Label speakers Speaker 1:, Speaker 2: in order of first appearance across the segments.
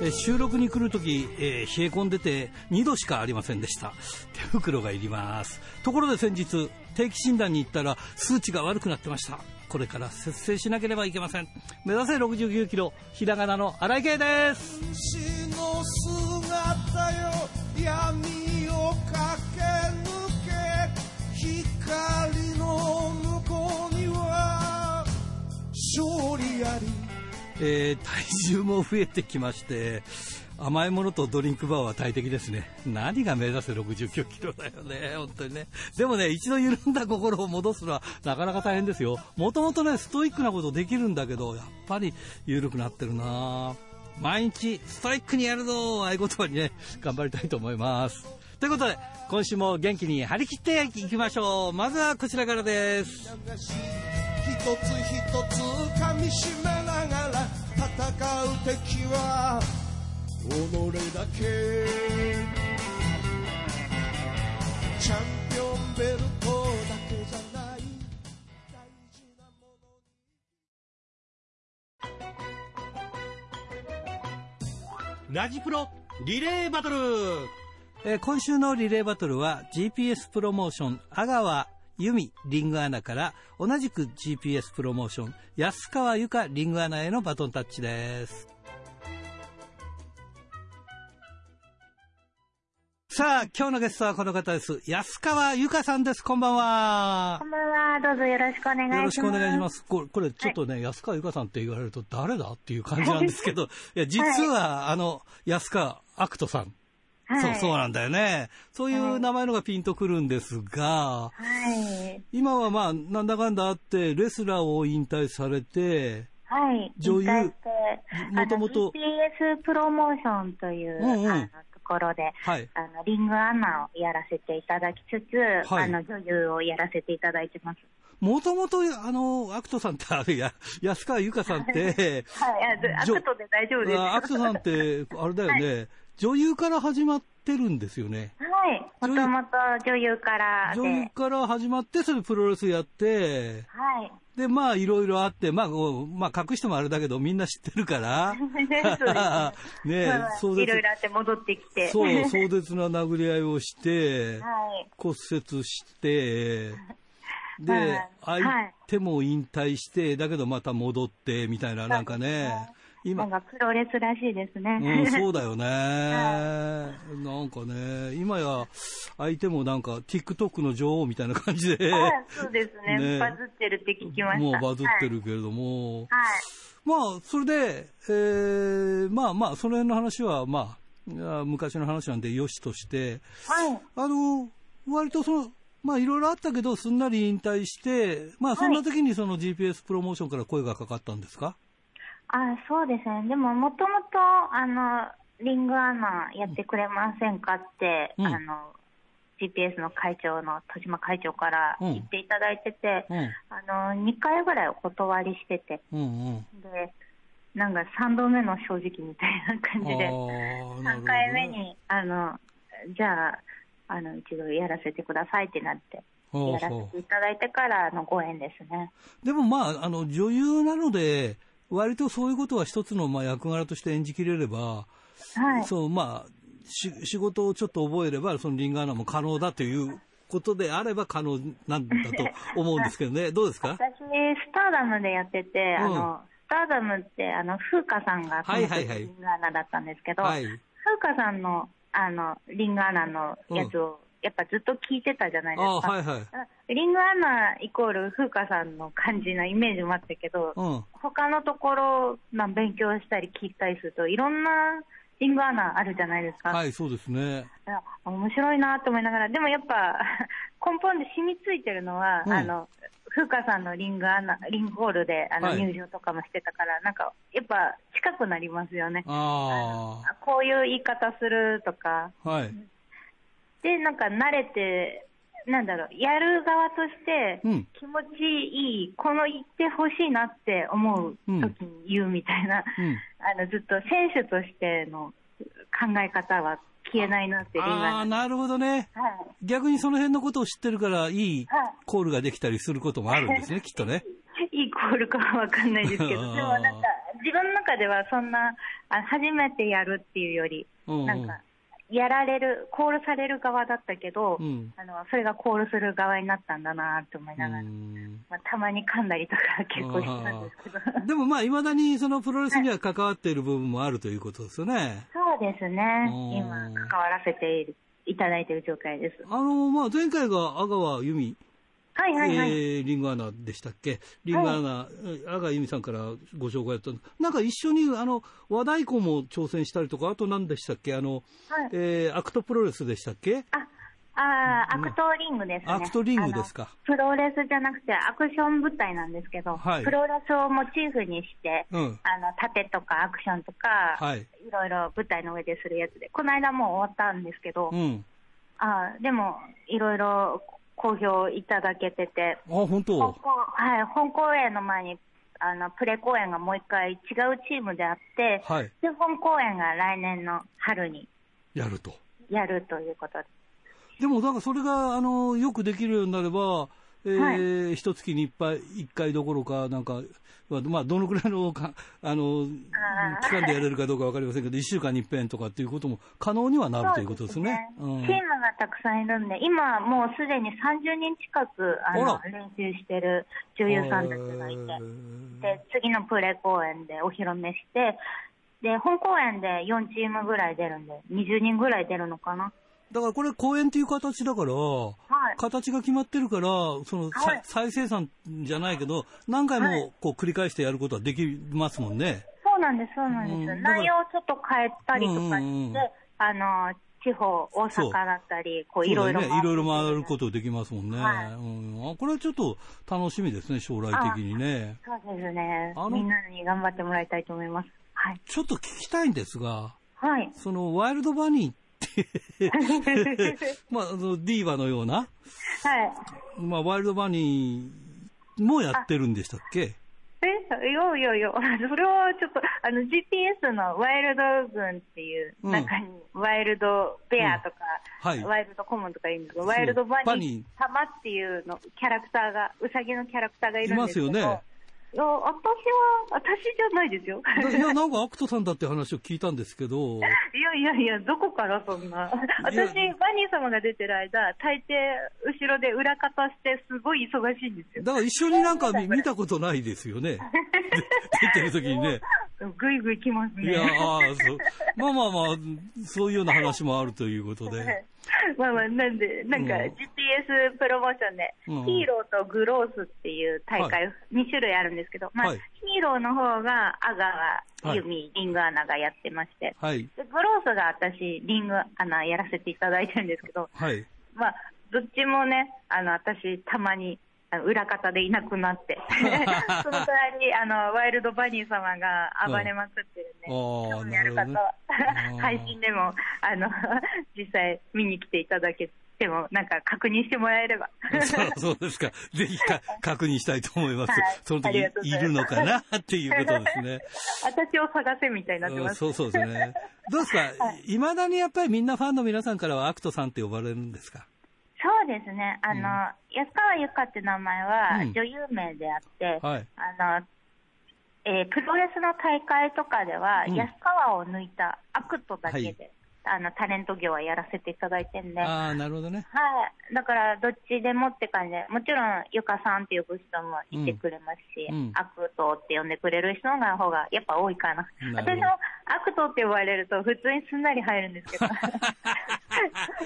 Speaker 1: え収録に来るとき、えー冷え込んでて2度しかありませんでした手袋がいりますところで先日定期診断に行ったら数値が悪くなってましたこれから節制しなければいけません目指せ69キロひらがなの荒井圭です
Speaker 2: 死の姿よ闇を駆け抜け光の向こうには勝利あり
Speaker 1: えー体重も増えてきまして甘いものとドリンクバーは大敵ですね何が目指せ69キロだよね本当にねでもね一度緩んだ心を戻すのはなかなか大変ですよもともとねストイックなことできるんだけどやっぱり緩くなってるな毎日ストイックにやるぞを合言葉にね頑張りたいと思いますということで今週も元気に張り切っていきましょうまずはこちらからです
Speaker 2: 流し一つ一つ噛みしめながら戦う敵は己だけチャンピオンベルトだけじゃない大事なもの
Speaker 3: ラジプロリレーバトル
Speaker 1: えー今週のリレーバトルは GPS プロモーション阿川由美リングアナから同じく GPS プロモーション安川由香リングアナへのバトンタッチですさあ今日のゲストはこの方です安川由香さんですこんばんは
Speaker 4: こんばんは、どうぞよろしくお願いします。
Speaker 1: よろしくお願いします。これ、これちょっとね、安川由香さんって言われると誰だっていう感じなんですけど、いや、実は、あの、安川アクトさん。
Speaker 4: はい。
Speaker 1: そう、そうなんだよね。そういう名前のがピンとくるんですが、
Speaker 4: はい。
Speaker 1: 今はまあ、なんだかんだあって、レスラーを引退されて、
Speaker 4: はい。
Speaker 1: 女優
Speaker 4: 引退してあの
Speaker 1: もともと
Speaker 4: BTS プロモーションという、
Speaker 1: うんうん
Speaker 4: あのところで、
Speaker 1: はい。
Speaker 4: あの、リングアナをやらせていただきつつ、
Speaker 1: はい
Speaker 4: あの、女優をやらせていただいてます。
Speaker 1: もともと、あの、アクトさんって、あれや、安川由香さんって、
Speaker 4: はい。あず
Speaker 1: 女
Speaker 4: アクトで大丈夫です。
Speaker 1: あアクトさんって、あれだよね、女優から始まってるんですよね。
Speaker 4: はい。もともと女優からで、
Speaker 1: 女優から始まって、それプロレスやって、
Speaker 4: はい。
Speaker 1: で、まあ、いろいろあって、まあ、こうまあ、隠してもあれだけど、みんな知ってるから、
Speaker 4: そう
Speaker 1: ね
Speaker 4: で
Speaker 1: え
Speaker 4: すまあ
Speaker 1: 壮
Speaker 4: い
Speaker 1: 絶
Speaker 4: ろいろあって戻ってきて。
Speaker 1: そ
Speaker 4: は
Speaker 1: う、
Speaker 4: い。
Speaker 1: 壮絶な殴り合いを して、骨折して、で、
Speaker 4: は
Speaker 1: 相
Speaker 4: い
Speaker 1: 手も引退して、だけどまた戻って、みたいな、なんかね、
Speaker 4: な
Speaker 1: 今
Speaker 4: ん、かプロレスらしいですね。
Speaker 1: うん、そうだよね。なんかね、今や、相手もなんか、TikTok の女王みたいな感じで、
Speaker 4: はいそうですね
Speaker 1: ね
Speaker 4: バズってるって聞きました。
Speaker 1: もうバズって
Speaker 4: はい。
Speaker 1: るけれども、
Speaker 4: はい
Speaker 1: まあ、それで、えーまあまあ、その辺の話は、まあ、あ昔の話なんで、よしとして、
Speaker 4: はい。
Speaker 1: あの、割とその、まあいろいろあったけど、すんなり引退して、まあそんな時にその GPS プロモーションから声がかかったんですか、
Speaker 4: あ、そうですね。でも、もともと、あの、リングアナやってくれませんかって、
Speaker 1: うん
Speaker 4: あの、GPS の会長の、戸島会長から
Speaker 1: うん
Speaker 4: 言っていただいてて、
Speaker 1: うん。
Speaker 4: あの、2回ぐらいお断りしてて、
Speaker 1: うんうん。
Speaker 4: で、なんか3度目の正直みたいな感じで、
Speaker 1: あ
Speaker 4: 3回目。に、あの、じゃあ、あの、一度やらせてくださいってなって、
Speaker 1: ほ
Speaker 4: や
Speaker 1: う
Speaker 4: ら
Speaker 1: ほ
Speaker 4: せていただいてからのご縁ですね。
Speaker 1: うでもまあ、あの、女優なので、割とそういうことは一つのまあ役柄として演じきれれば、
Speaker 4: はい。
Speaker 1: そう、まあ、し仕事をちょっと覚えれば、そのリンガーナも可能だということであれば可能なんだ と思うんですけどね。どうですか
Speaker 4: 私、スターダムでやってて、
Speaker 1: うん
Speaker 4: あの、スターダムって、あの、風花さんが、
Speaker 1: はいはいはい
Speaker 4: リングアナだったんですけど、
Speaker 1: はい。
Speaker 4: 風花さんの、あの、リングアナのやつを、やっぱずっと聞いてたじゃないで
Speaker 1: あ
Speaker 4: す
Speaker 1: あー、
Speaker 4: か。
Speaker 1: はいはい。
Speaker 4: リングアナイコール風花さんの感じなイメージもあったけど、
Speaker 1: うん。
Speaker 4: 他のところ、まあ、勉強したり聞いたりすると、いろんなリングアナあるじゃないですか。
Speaker 1: はい、そうですね。
Speaker 4: いや面白いなと思いながら、でもやっぱ、 根本で染みついてるのは、
Speaker 1: うん
Speaker 4: あの、風花さんのリングアナ、リングホールで、あ
Speaker 1: は
Speaker 4: の、
Speaker 1: い
Speaker 4: 入場とかもしてたから、なんか、やっぱ、近くなりますよね。
Speaker 1: あ
Speaker 4: あこういう言い方するとか。
Speaker 1: あ、はい。
Speaker 4: で、なんか慣れて、なんだろう、やる側として
Speaker 1: うん、
Speaker 4: 気持ちいい、この言ってほしいなって思う時に言うみたいな、
Speaker 1: うん。
Speaker 4: あの、ずっと選手としての考え方は消えないなって、リング
Speaker 1: あ
Speaker 4: ア
Speaker 1: あ、
Speaker 4: ナ。
Speaker 1: なるほどね。
Speaker 4: はい
Speaker 1: 逆にその辺のことを知ってるから、いい
Speaker 4: はい
Speaker 1: コールができたりすることもあるんですね、きっとね。
Speaker 4: いイコールかは分かんな いですけ
Speaker 1: あ
Speaker 4: ど、
Speaker 1: ー
Speaker 4: でもなんか、自分の中ではそんな、あ初めてやるっていうより、
Speaker 1: うんうん
Speaker 4: なんか、やられる、コールされる側だったけど、
Speaker 1: うん
Speaker 4: あのそれがコールする側になったんだなと思いながら、
Speaker 1: うん
Speaker 4: まあ、たまに噛んだりとか結構したんですけど、
Speaker 1: でもまあ、いまだにそのプロレスには関わっている部分もあるということですよね。
Speaker 4: そうですね、
Speaker 1: うん
Speaker 4: 今、関わらせていただいている状態です。
Speaker 1: あの、まあ、前回が阿川由美、
Speaker 4: はいはいはい。
Speaker 1: えーリンゴアナでしたっけリンゴアナ、えー阿川由美さんからご紹介だったのなんか一緒に、あの、和太鼓も挑戦したりとか、あと何でしたっけあの、
Speaker 4: はい
Speaker 1: えーアクトプロレスでしたっけ
Speaker 4: ああーアクトリングですね。
Speaker 1: アクトリングですか
Speaker 4: あの。プロレスじゃなくてアクション部隊なんですけど、
Speaker 1: はい
Speaker 4: プロレスをモチーフにして、
Speaker 1: うん
Speaker 4: あの盾とかアクションとか、
Speaker 1: はい
Speaker 4: ろいろ舞台の上でするやつで、この間もう終わったんですけど、
Speaker 1: うん。
Speaker 4: あーでもいろいろ好評いただけて
Speaker 1: あ、
Speaker 4: て、
Speaker 1: 本
Speaker 4: 本
Speaker 1: 当
Speaker 4: 公はい、本公演の前にあのプレ公演がもう一回違うチームであって、
Speaker 1: はい。
Speaker 4: で本公演が来年の春に
Speaker 1: やると。
Speaker 4: やるということで。
Speaker 1: でも、なんかそれが、あの、よくできるようになれば、えー一月にいっぱい、一回どころか、なんか、まあ、どのくらいのか、あの、
Speaker 4: あー
Speaker 1: 期間でやれるかどうかわかりませんけど、一週間に一遍とかっていうことも可能にはなるということですね。
Speaker 4: そうですねチームがたくさんいるんで、今もうすでに30人近くあの
Speaker 1: あら
Speaker 4: 練習してる女優さんたちがいて、で次のプレ公演でお披露目して、で本公演で4チームぐらい出るんで、20人ぐらい出るのかな。
Speaker 1: だからこれ公演という形だから、
Speaker 4: はい
Speaker 1: 形が決まってるから、その、さ
Speaker 4: はい
Speaker 1: 再生産じゃないけど、何回
Speaker 4: は
Speaker 1: も
Speaker 4: い
Speaker 1: こう繰り返してやることはできますもんね。
Speaker 4: そうなんです、そうなんです。
Speaker 1: うんだから
Speaker 4: 内容をちょっと変えたりとかして、
Speaker 1: うんうんうん
Speaker 4: あの地方、大
Speaker 1: そう
Speaker 4: 阪だったり、こうい
Speaker 1: そう
Speaker 4: ろ
Speaker 1: だ
Speaker 4: い
Speaker 1: よ
Speaker 4: ろ
Speaker 1: ね。いろいろ回ることできますもんね。
Speaker 4: はい
Speaker 1: うんあこれはちょっと楽しみですね、将来的にね。
Speaker 4: そうですね
Speaker 1: あの。
Speaker 4: みんなに頑張ってもらいたいと思います。はい。
Speaker 1: ちょっと聞きたいんですが、
Speaker 4: はい。
Speaker 1: そのワイルドバニーって、まあ、あのディーバのような、
Speaker 4: はい。
Speaker 1: まあ、ワイルドバニーもやってるんでしたっけ
Speaker 4: え、よよよ。 それはちょっと、あの、GPS のワイルド軍っていう
Speaker 1: うん
Speaker 4: 中に、ワイルドベアとか、
Speaker 1: はい
Speaker 4: ワイルドコモンとかいるんですけど、
Speaker 1: そう
Speaker 4: ワイルドバ
Speaker 1: バニ
Speaker 4: ニー様っていうの、キャラクターが、ウサギのキャラクターがいるんですけど。
Speaker 1: いますよね
Speaker 4: いや、私は、私じゃないですよ。
Speaker 1: だいや、なんかアクトさんだって話を聞いたんですけど、
Speaker 4: いやいやいや、どこからそんな。私、バニー様が出てる間、大抵、後ろで裏方して、すごい忙しいんですよ。
Speaker 1: だから一緒になんか見見たことないですよ ね。で出てる時にね。
Speaker 4: ぐいぐい来ます
Speaker 1: い
Speaker 4: ね。
Speaker 1: やあーそう。まあまあまあ、そういうような話もあるということで。
Speaker 4: まあまあ、なんで、なんか
Speaker 1: うん
Speaker 4: GPS プロモーションで、
Speaker 1: うん
Speaker 4: ヒーローとグロースっていう大
Speaker 1: は
Speaker 4: 会、2種類あるんですけど、まあ、
Speaker 1: はい
Speaker 4: ヒーローの方が、阿
Speaker 1: は
Speaker 4: 川、
Speaker 1: い
Speaker 4: 由美、リングアナがやってまして、
Speaker 1: はい。
Speaker 4: でグロースが私、リングアナやらせていただいてるんですけど、
Speaker 1: はい。
Speaker 4: まあ、どっちもね、あの、私、たまに、あの裏方でいなくな って、その代わり、あの、ワイルドバニー様が暴れまくってるんで、
Speaker 1: うんあー
Speaker 4: 興味ある
Speaker 1: なる
Speaker 4: 方は
Speaker 1: ほどね
Speaker 4: 配信でも、あの、 実際見に来ていただけても、なんか確認してもら えれば。
Speaker 1: そうそうですか。ぜひか確認したいと思います。
Speaker 4: はい
Speaker 1: その
Speaker 4: あ
Speaker 1: 時
Speaker 4: りがとうご
Speaker 1: い
Speaker 4: ざいます
Speaker 1: るのかなっていうことですね。
Speaker 4: 私を探せみたいになって
Speaker 1: う
Speaker 4: ま
Speaker 1: ん
Speaker 4: す。
Speaker 1: そうそうですね。どうで すか、いまだにやっぱりみんなファンの皆さんからはアクトさんって呼ばれるんですか
Speaker 4: そうですね。あの、安川由香って名前
Speaker 1: う
Speaker 4: は
Speaker 1: ん
Speaker 4: 女優名であって、
Speaker 1: はい
Speaker 4: あの、えープロレスの大会とかでは、
Speaker 1: うん
Speaker 4: 安川を抜いたアクトだけ
Speaker 1: はい
Speaker 4: で、あの、タレント業はやらせていただいてんで、は
Speaker 1: ああ、なるほどね。
Speaker 4: い。だから、どっちでもって感じで、もちろん、ゆかさんって呼ぶ人もいてくれますし、
Speaker 1: うんうん
Speaker 4: アクトって呼んでくれる人の方がやっぱ多いかな。
Speaker 1: なるほど
Speaker 4: 私もアクトって呼ばれると、普通にすんなり入るんで すけど、あ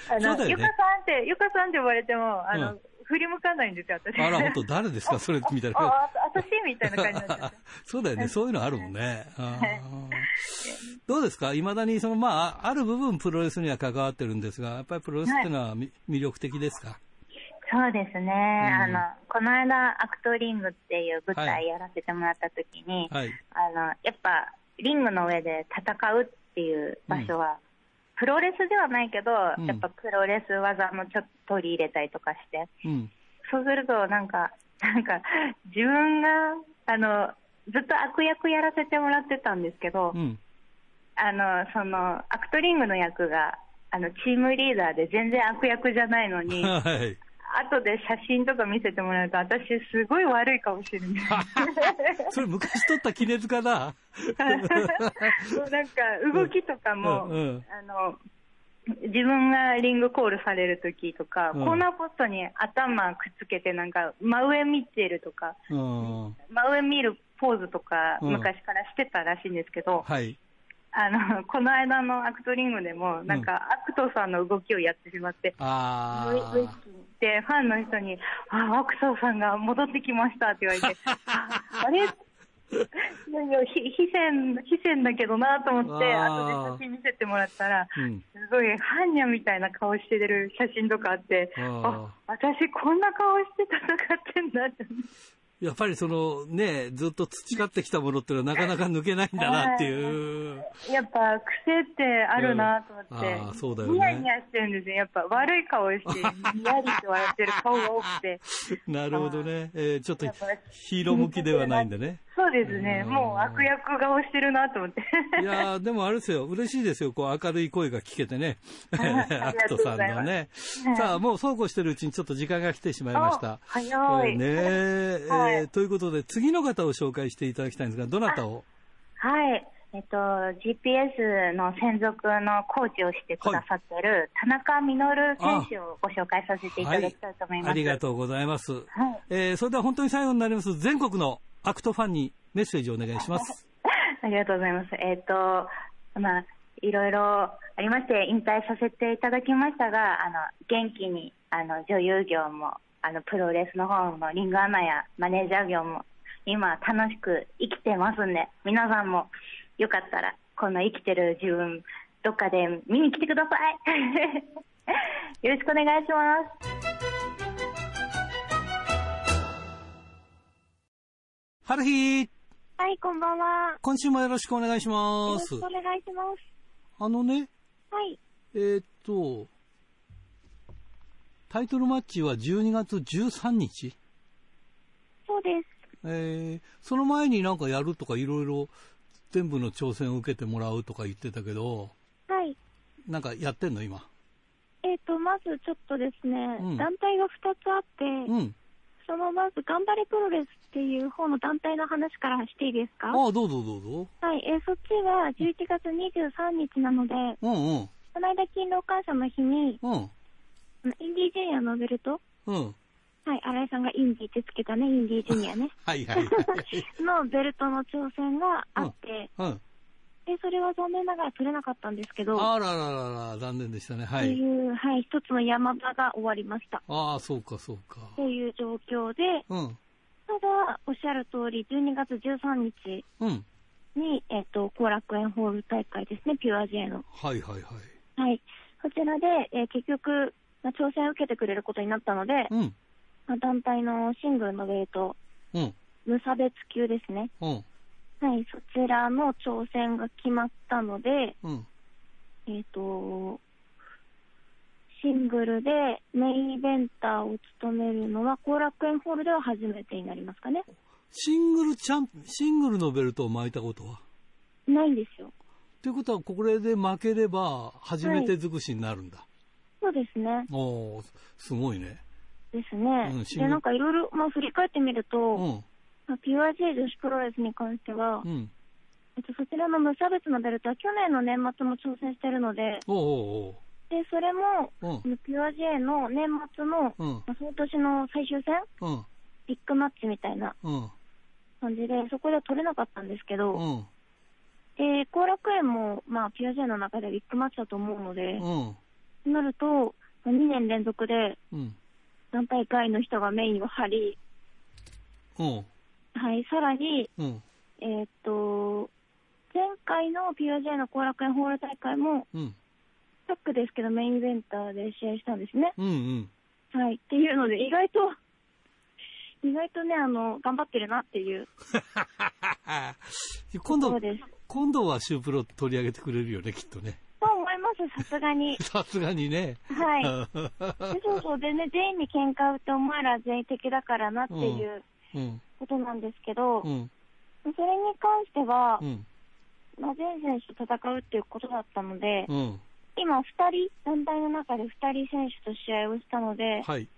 Speaker 1: そうだよ
Speaker 4: の、
Speaker 1: ね
Speaker 4: ゆかさんって、ゆかさんって呼ばれても、あの、
Speaker 1: うん
Speaker 4: 振り向かないんですよ、私。
Speaker 1: あら、本当誰です かそれみたいな。
Speaker 4: あ、あ私みたいな感じになっちゃって。
Speaker 1: そうだよね、そういうのあるもんね。あーどうですか、いまだにその、まあ、ある部分、プロレスには関わってるんですが、やっぱりプロレスっていうのはみ魅力的ですか、
Speaker 4: そうですね、あのこの間、アクトリングっていう舞
Speaker 1: は
Speaker 4: 台
Speaker 1: い
Speaker 4: やらせてもらった時に、
Speaker 1: はい
Speaker 4: あのやっぱリングの上で戦うっていう場所は、プロレスではないけど、
Speaker 1: うん
Speaker 4: やっぱプロレス技もちょっと取り入れたりとかして、
Speaker 1: うん。
Speaker 4: そうすると、なんか、 なんか自分があのずっと悪役やらせてもらってたんですけど、
Speaker 1: うん。
Speaker 4: あのそのアクトリングの役があのチームリーダーで全然悪役じゃないの に。
Speaker 1: はい。
Speaker 4: 後で写真とか見せてもらうと、私、すごい悪いかもしれない。
Speaker 1: それ昔取った絹塚だ。
Speaker 4: そうなんか、動きとかも、
Speaker 1: うんうん
Speaker 4: あの、自分がリングコールされるときとか、
Speaker 1: うん
Speaker 4: コーナーポストに頭くっつけて、なんか、真上見てるとか、
Speaker 1: うん。
Speaker 4: 真上見るポーズとか、
Speaker 1: うん
Speaker 4: 昔からしてたらしいんですけど、
Speaker 1: はい。
Speaker 4: あの、この間のアクトリングでも、なんか、アクトさんの動きをやってしまって、
Speaker 1: あ
Speaker 4: 無無意識でファンの人に、あ、アクトさんが戻ってきましたって言わ れて、ああれいや いや、ひ非戦、非戦だけどなと思って、
Speaker 1: あ
Speaker 4: 後
Speaker 1: ー
Speaker 4: で写真見せてもらったら、
Speaker 1: ー。うん。
Speaker 4: すごい、般若みたいな顔してる写真とかあって、
Speaker 1: あー
Speaker 4: あ、私こんな顔して戦ってんだって。
Speaker 1: やっぱりそのね、ずっと培ってきたものっていうのはなかなか抜けないんだなっていう。
Speaker 4: やっぱ癖ってあるなと思って、
Speaker 1: うんあーそうだよね
Speaker 4: ニヤニヤしてるんですよ。やっぱ悪い顔して、ニヤリと笑ってる顔が多くて。
Speaker 1: なるほどね。えーちょっと
Speaker 4: やっぱり
Speaker 1: ヒーロー向きではないんでね。
Speaker 4: そうですね、もう悪役顔してるなと思って。
Speaker 1: いやーでもあれですよ、嬉しいですよ、こう明るい声が聞けてね、 ア
Speaker 4: あり
Speaker 1: ク
Speaker 4: がと
Speaker 1: ト
Speaker 4: うご
Speaker 1: さ
Speaker 4: ざ
Speaker 1: ん
Speaker 4: います
Speaker 1: のね、さあ、もうそうこうしてるうちにちょっと時間が来てしまいました
Speaker 4: あ。早い
Speaker 1: えーねえ
Speaker 4: はい
Speaker 1: えーということで、次の方を紹介していただきたいんですが、どなたを
Speaker 4: はい。えっと、GPS の専属のコーチをしてくださってる、田中実選手をご紹介させていただきたいと思います。
Speaker 1: ありが
Speaker 4: う。
Speaker 1: とうございます、
Speaker 4: はい
Speaker 1: えーそれでは本当に最後になります、全国のアクトファンにメッセージをお願いします。
Speaker 4: ありがとうございます。えっと、まあ、いろいろありまして、引退させていただきましたが、あの、元気に、あの、女優業も、あの、プロレスの方も、リングアナやマネージャー業も、今、楽しく生きてますんで、皆さんも、よかったら、この生きてる自分、どっかで見に来てください。よ ろしくお願いします。
Speaker 1: 春日、
Speaker 5: はい、こんばんは。
Speaker 1: 今週もよろしくお願いし
Speaker 5: よ
Speaker 1: ま
Speaker 5: ろし
Speaker 1: す
Speaker 5: くお。願いします。
Speaker 1: あのね、
Speaker 5: はい。
Speaker 1: えーっと、タイトルマッチは12月13日
Speaker 5: そうです。
Speaker 1: えーその前になんかやるとかいろいろ全部の挑戦を受けてもらうとか言ってたけど、
Speaker 5: はい。
Speaker 1: なんかやってんの今。
Speaker 5: えっ、と、まずちょっとですね、
Speaker 1: うん
Speaker 5: 団体が2つあって、
Speaker 1: うん。
Speaker 5: そのまず、頑張れプロレスっていう方の団体の話からしていいですか
Speaker 1: ああ、どうぞどうぞ。
Speaker 5: はい。えーそっちは11月23日なので、
Speaker 1: うんうん。
Speaker 5: この間勤労感謝の日に、
Speaker 1: うん。
Speaker 5: あのインディージュニアのベルト、
Speaker 1: うん。
Speaker 5: はい、新井さんがインディーってつけたね、インディージュニアね、
Speaker 1: はいはいはい。
Speaker 5: のベルトの挑戦があって、
Speaker 1: うん。
Speaker 5: で、それは残念ながら取れなかったんですけど、
Speaker 1: あらららら、残念でしたね。は
Speaker 5: と
Speaker 1: い。
Speaker 5: いう、はい、一つの山場が終わりました。
Speaker 1: ああ、そうかそうか。
Speaker 5: という状況で、
Speaker 1: うん。
Speaker 5: ただ、おっしゃる通り、12月13日
Speaker 1: うん。
Speaker 5: に、えっ、と、後楽園ホール大会ですね、ピュア J の。
Speaker 1: はいはいはい。
Speaker 5: はい。そちらで、えー結局、まあ、挑戦を受けてくれることになったので、
Speaker 1: うん。
Speaker 5: まあ、団体のシングルのベルト、
Speaker 1: うん。
Speaker 5: 無差別級ですね。
Speaker 1: うん。
Speaker 5: はい、そちらの挑戦が決まったので、
Speaker 1: うん。
Speaker 5: えっ、と、シングルでメインイベンターを務めるのは、後楽園ホールでは初めてになりますかね。
Speaker 1: シングルチャン、シングルのベルトを巻いたことは
Speaker 5: ないんですよ。
Speaker 1: ということは、これで負ければ、初めて尽くしになるんだ。
Speaker 5: そうですね。
Speaker 1: おおすごいね。
Speaker 5: ですね。
Speaker 1: うんシングル
Speaker 5: で、なんかいろいろ、まあ、振り返ってみると、
Speaker 1: うん。
Speaker 5: まあ、PYJ 女子プロレスに関しては、
Speaker 1: うん。
Speaker 5: えっと、そちらの無差別のベルトは去年の年末も挑戦してるので、
Speaker 1: おうおう
Speaker 5: で、それも、
Speaker 1: おう。
Speaker 5: PYJ の年末の、
Speaker 1: うん。うん。
Speaker 5: まあ、その年の最終戦、
Speaker 1: うん。
Speaker 5: ビッグマッチみたいな
Speaker 1: うん。
Speaker 5: 感じで、そこでは取れなかったんですけど、
Speaker 1: うん。
Speaker 5: で、後楽園も、まあ、PYJ の中でビッグマッチだと思うので、
Speaker 1: うん。
Speaker 5: となると、まあ2年連続で
Speaker 1: うん。
Speaker 5: 団体外の人がメインを張り、
Speaker 1: うん。
Speaker 5: はい、さらに、
Speaker 1: うん。
Speaker 5: えーっと、前回の POJ の後楽園ホール大会も、
Speaker 1: うん。
Speaker 5: タックですけどメインイベンターで試合したんですね。
Speaker 1: うん。うん。
Speaker 5: はい。っていうので、意外と、意外とね、あの、頑張ってるなっていう
Speaker 1: 今
Speaker 5: とこ
Speaker 1: 度、
Speaker 5: ろです。
Speaker 1: 今度はシュープロ取り上げてくれるよね、きっとね。。
Speaker 5: と思います、さすがに
Speaker 1: さすがにね。
Speaker 5: はい。
Speaker 1: う
Speaker 5: でそうそう、でね、全員に喧嘩売って、お前ら全員敵だからなっていう
Speaker 1: うん。
Speaker 5: ことなんですけど、
Speaker 1: うん。
Speaker 5: それに関しては
Speaker 1: う、ん。
Speaker 5: まあ、全選手と戦うっていうことだったので、
Speaker 1: うん。
Speaker 5: 今2人、団体の中で2人選手と試合をしたので、
Speaker 1: はい。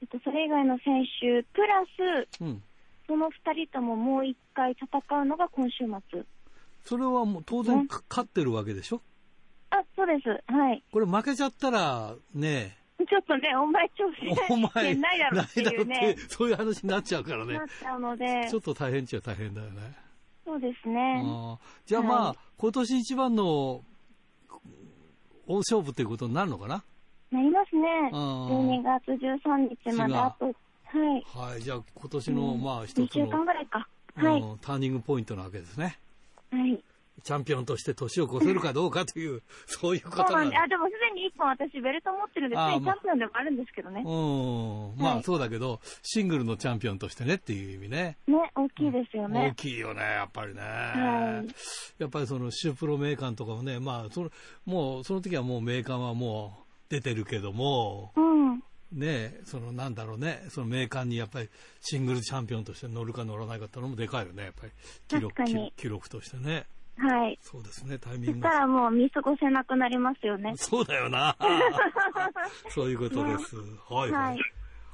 Speaker 5: えっと、それ以外の選手、プラス、
Speaker 1: うん、
Speaker 5: その2人とももう1回戦うのが今週末。
Speaker 1: それはもう当然
Speaker 5: ね
Speaker 1: か勝ってるわけでしょ
Speaker 5: あ、そうです。はい。
Speaker 1: これ負けちゃったらね
Speaker 5: ちょっとね、お前調子
Speaker 1: お前
Speaker 5: ないだろっていう
Speaker 1: ないだろっ
Speaker 5: ね
Speaker 1: て、そういう話になっちゃうからね
Speaker 5: なっちゃうので
Speaker 1: ちょ、っと大変っちゃ大変だよね、
Speaker 5: そうですね。
Speaker 1: あーじゃあまあ、
Speaker 5: はい
Speaker 1: 今年一番の大勝負ということになるのかな
Speaker 5: なりますね。
Speaker 1: あー
Speaker 5: 12月13日まで
Speaker 1: 違う
Speaker 5: あと、はい。
Speaker 1: はいじゃあ今年の
Speaker 5: うん
Speaker 1: まあ一
Speaker 5: 2
Speaker 1: つ
Speaker 5: 週
Speaker 1: の、
Speaker 5: 間ぐらいか。はい。
Speaker 1: うんターニングポイントなわけですね
Speaker 5: はい。
Speaker 1: チャンピオンとして年を越せるかどうかというそういうこ
Speaker 5: そう
Speaker 1: と
Speaker 5: な
Speaker 1: なんん
Speaker 5: で、
Speaker 1: だ
Speaker 5: あ、でもすでに1本私ベルト持ってるんです
Speaker 1: あ
Speaker 5: ね。
Speaker 1: ー
Speaker 5: チャンピオンでもあるんですけどね。
Speaker 1: うん
Speaker 5: は
Speaker 1: まあ
Speaker 5: い
Speaker 1: そうだけどシングルのチャンピオンとしてねっていう意味ね
Speaker 5: ね、大きいですよ
Speaker 1: 大
Speaker 5: ね。
Speaker 1: きいよね、やっぱりね。
Speaker 5: はい
Speaker 1: やっぱりそのシュープロメーカーとかもね、まあその、もうその時はもうメーカーはもう出てるけども、
Speaker 5: うん。
Speaker 1: ね、そのなんだろうね、そのメーカーにやっぱりシングルチャンピオンとして乗るか乗らないかってのもでかいよね、やっぱり記録
Speaker 5: 確かに
Speaker 1: 記録記録としてね。
Speaker 5: はい。
Speaker 1: そうですね、タイミ
Speaker 5: そ
Speaker 1: ン
Speaker 5: し
Speaker 1: グ
Speaker 5: た
Speaker 1: が。
Speaker 5: らもう見過ごせなくなりますよね。
Speaker 1: そうだよ な。そういうことです。はいは
Speaker 5: はいい。。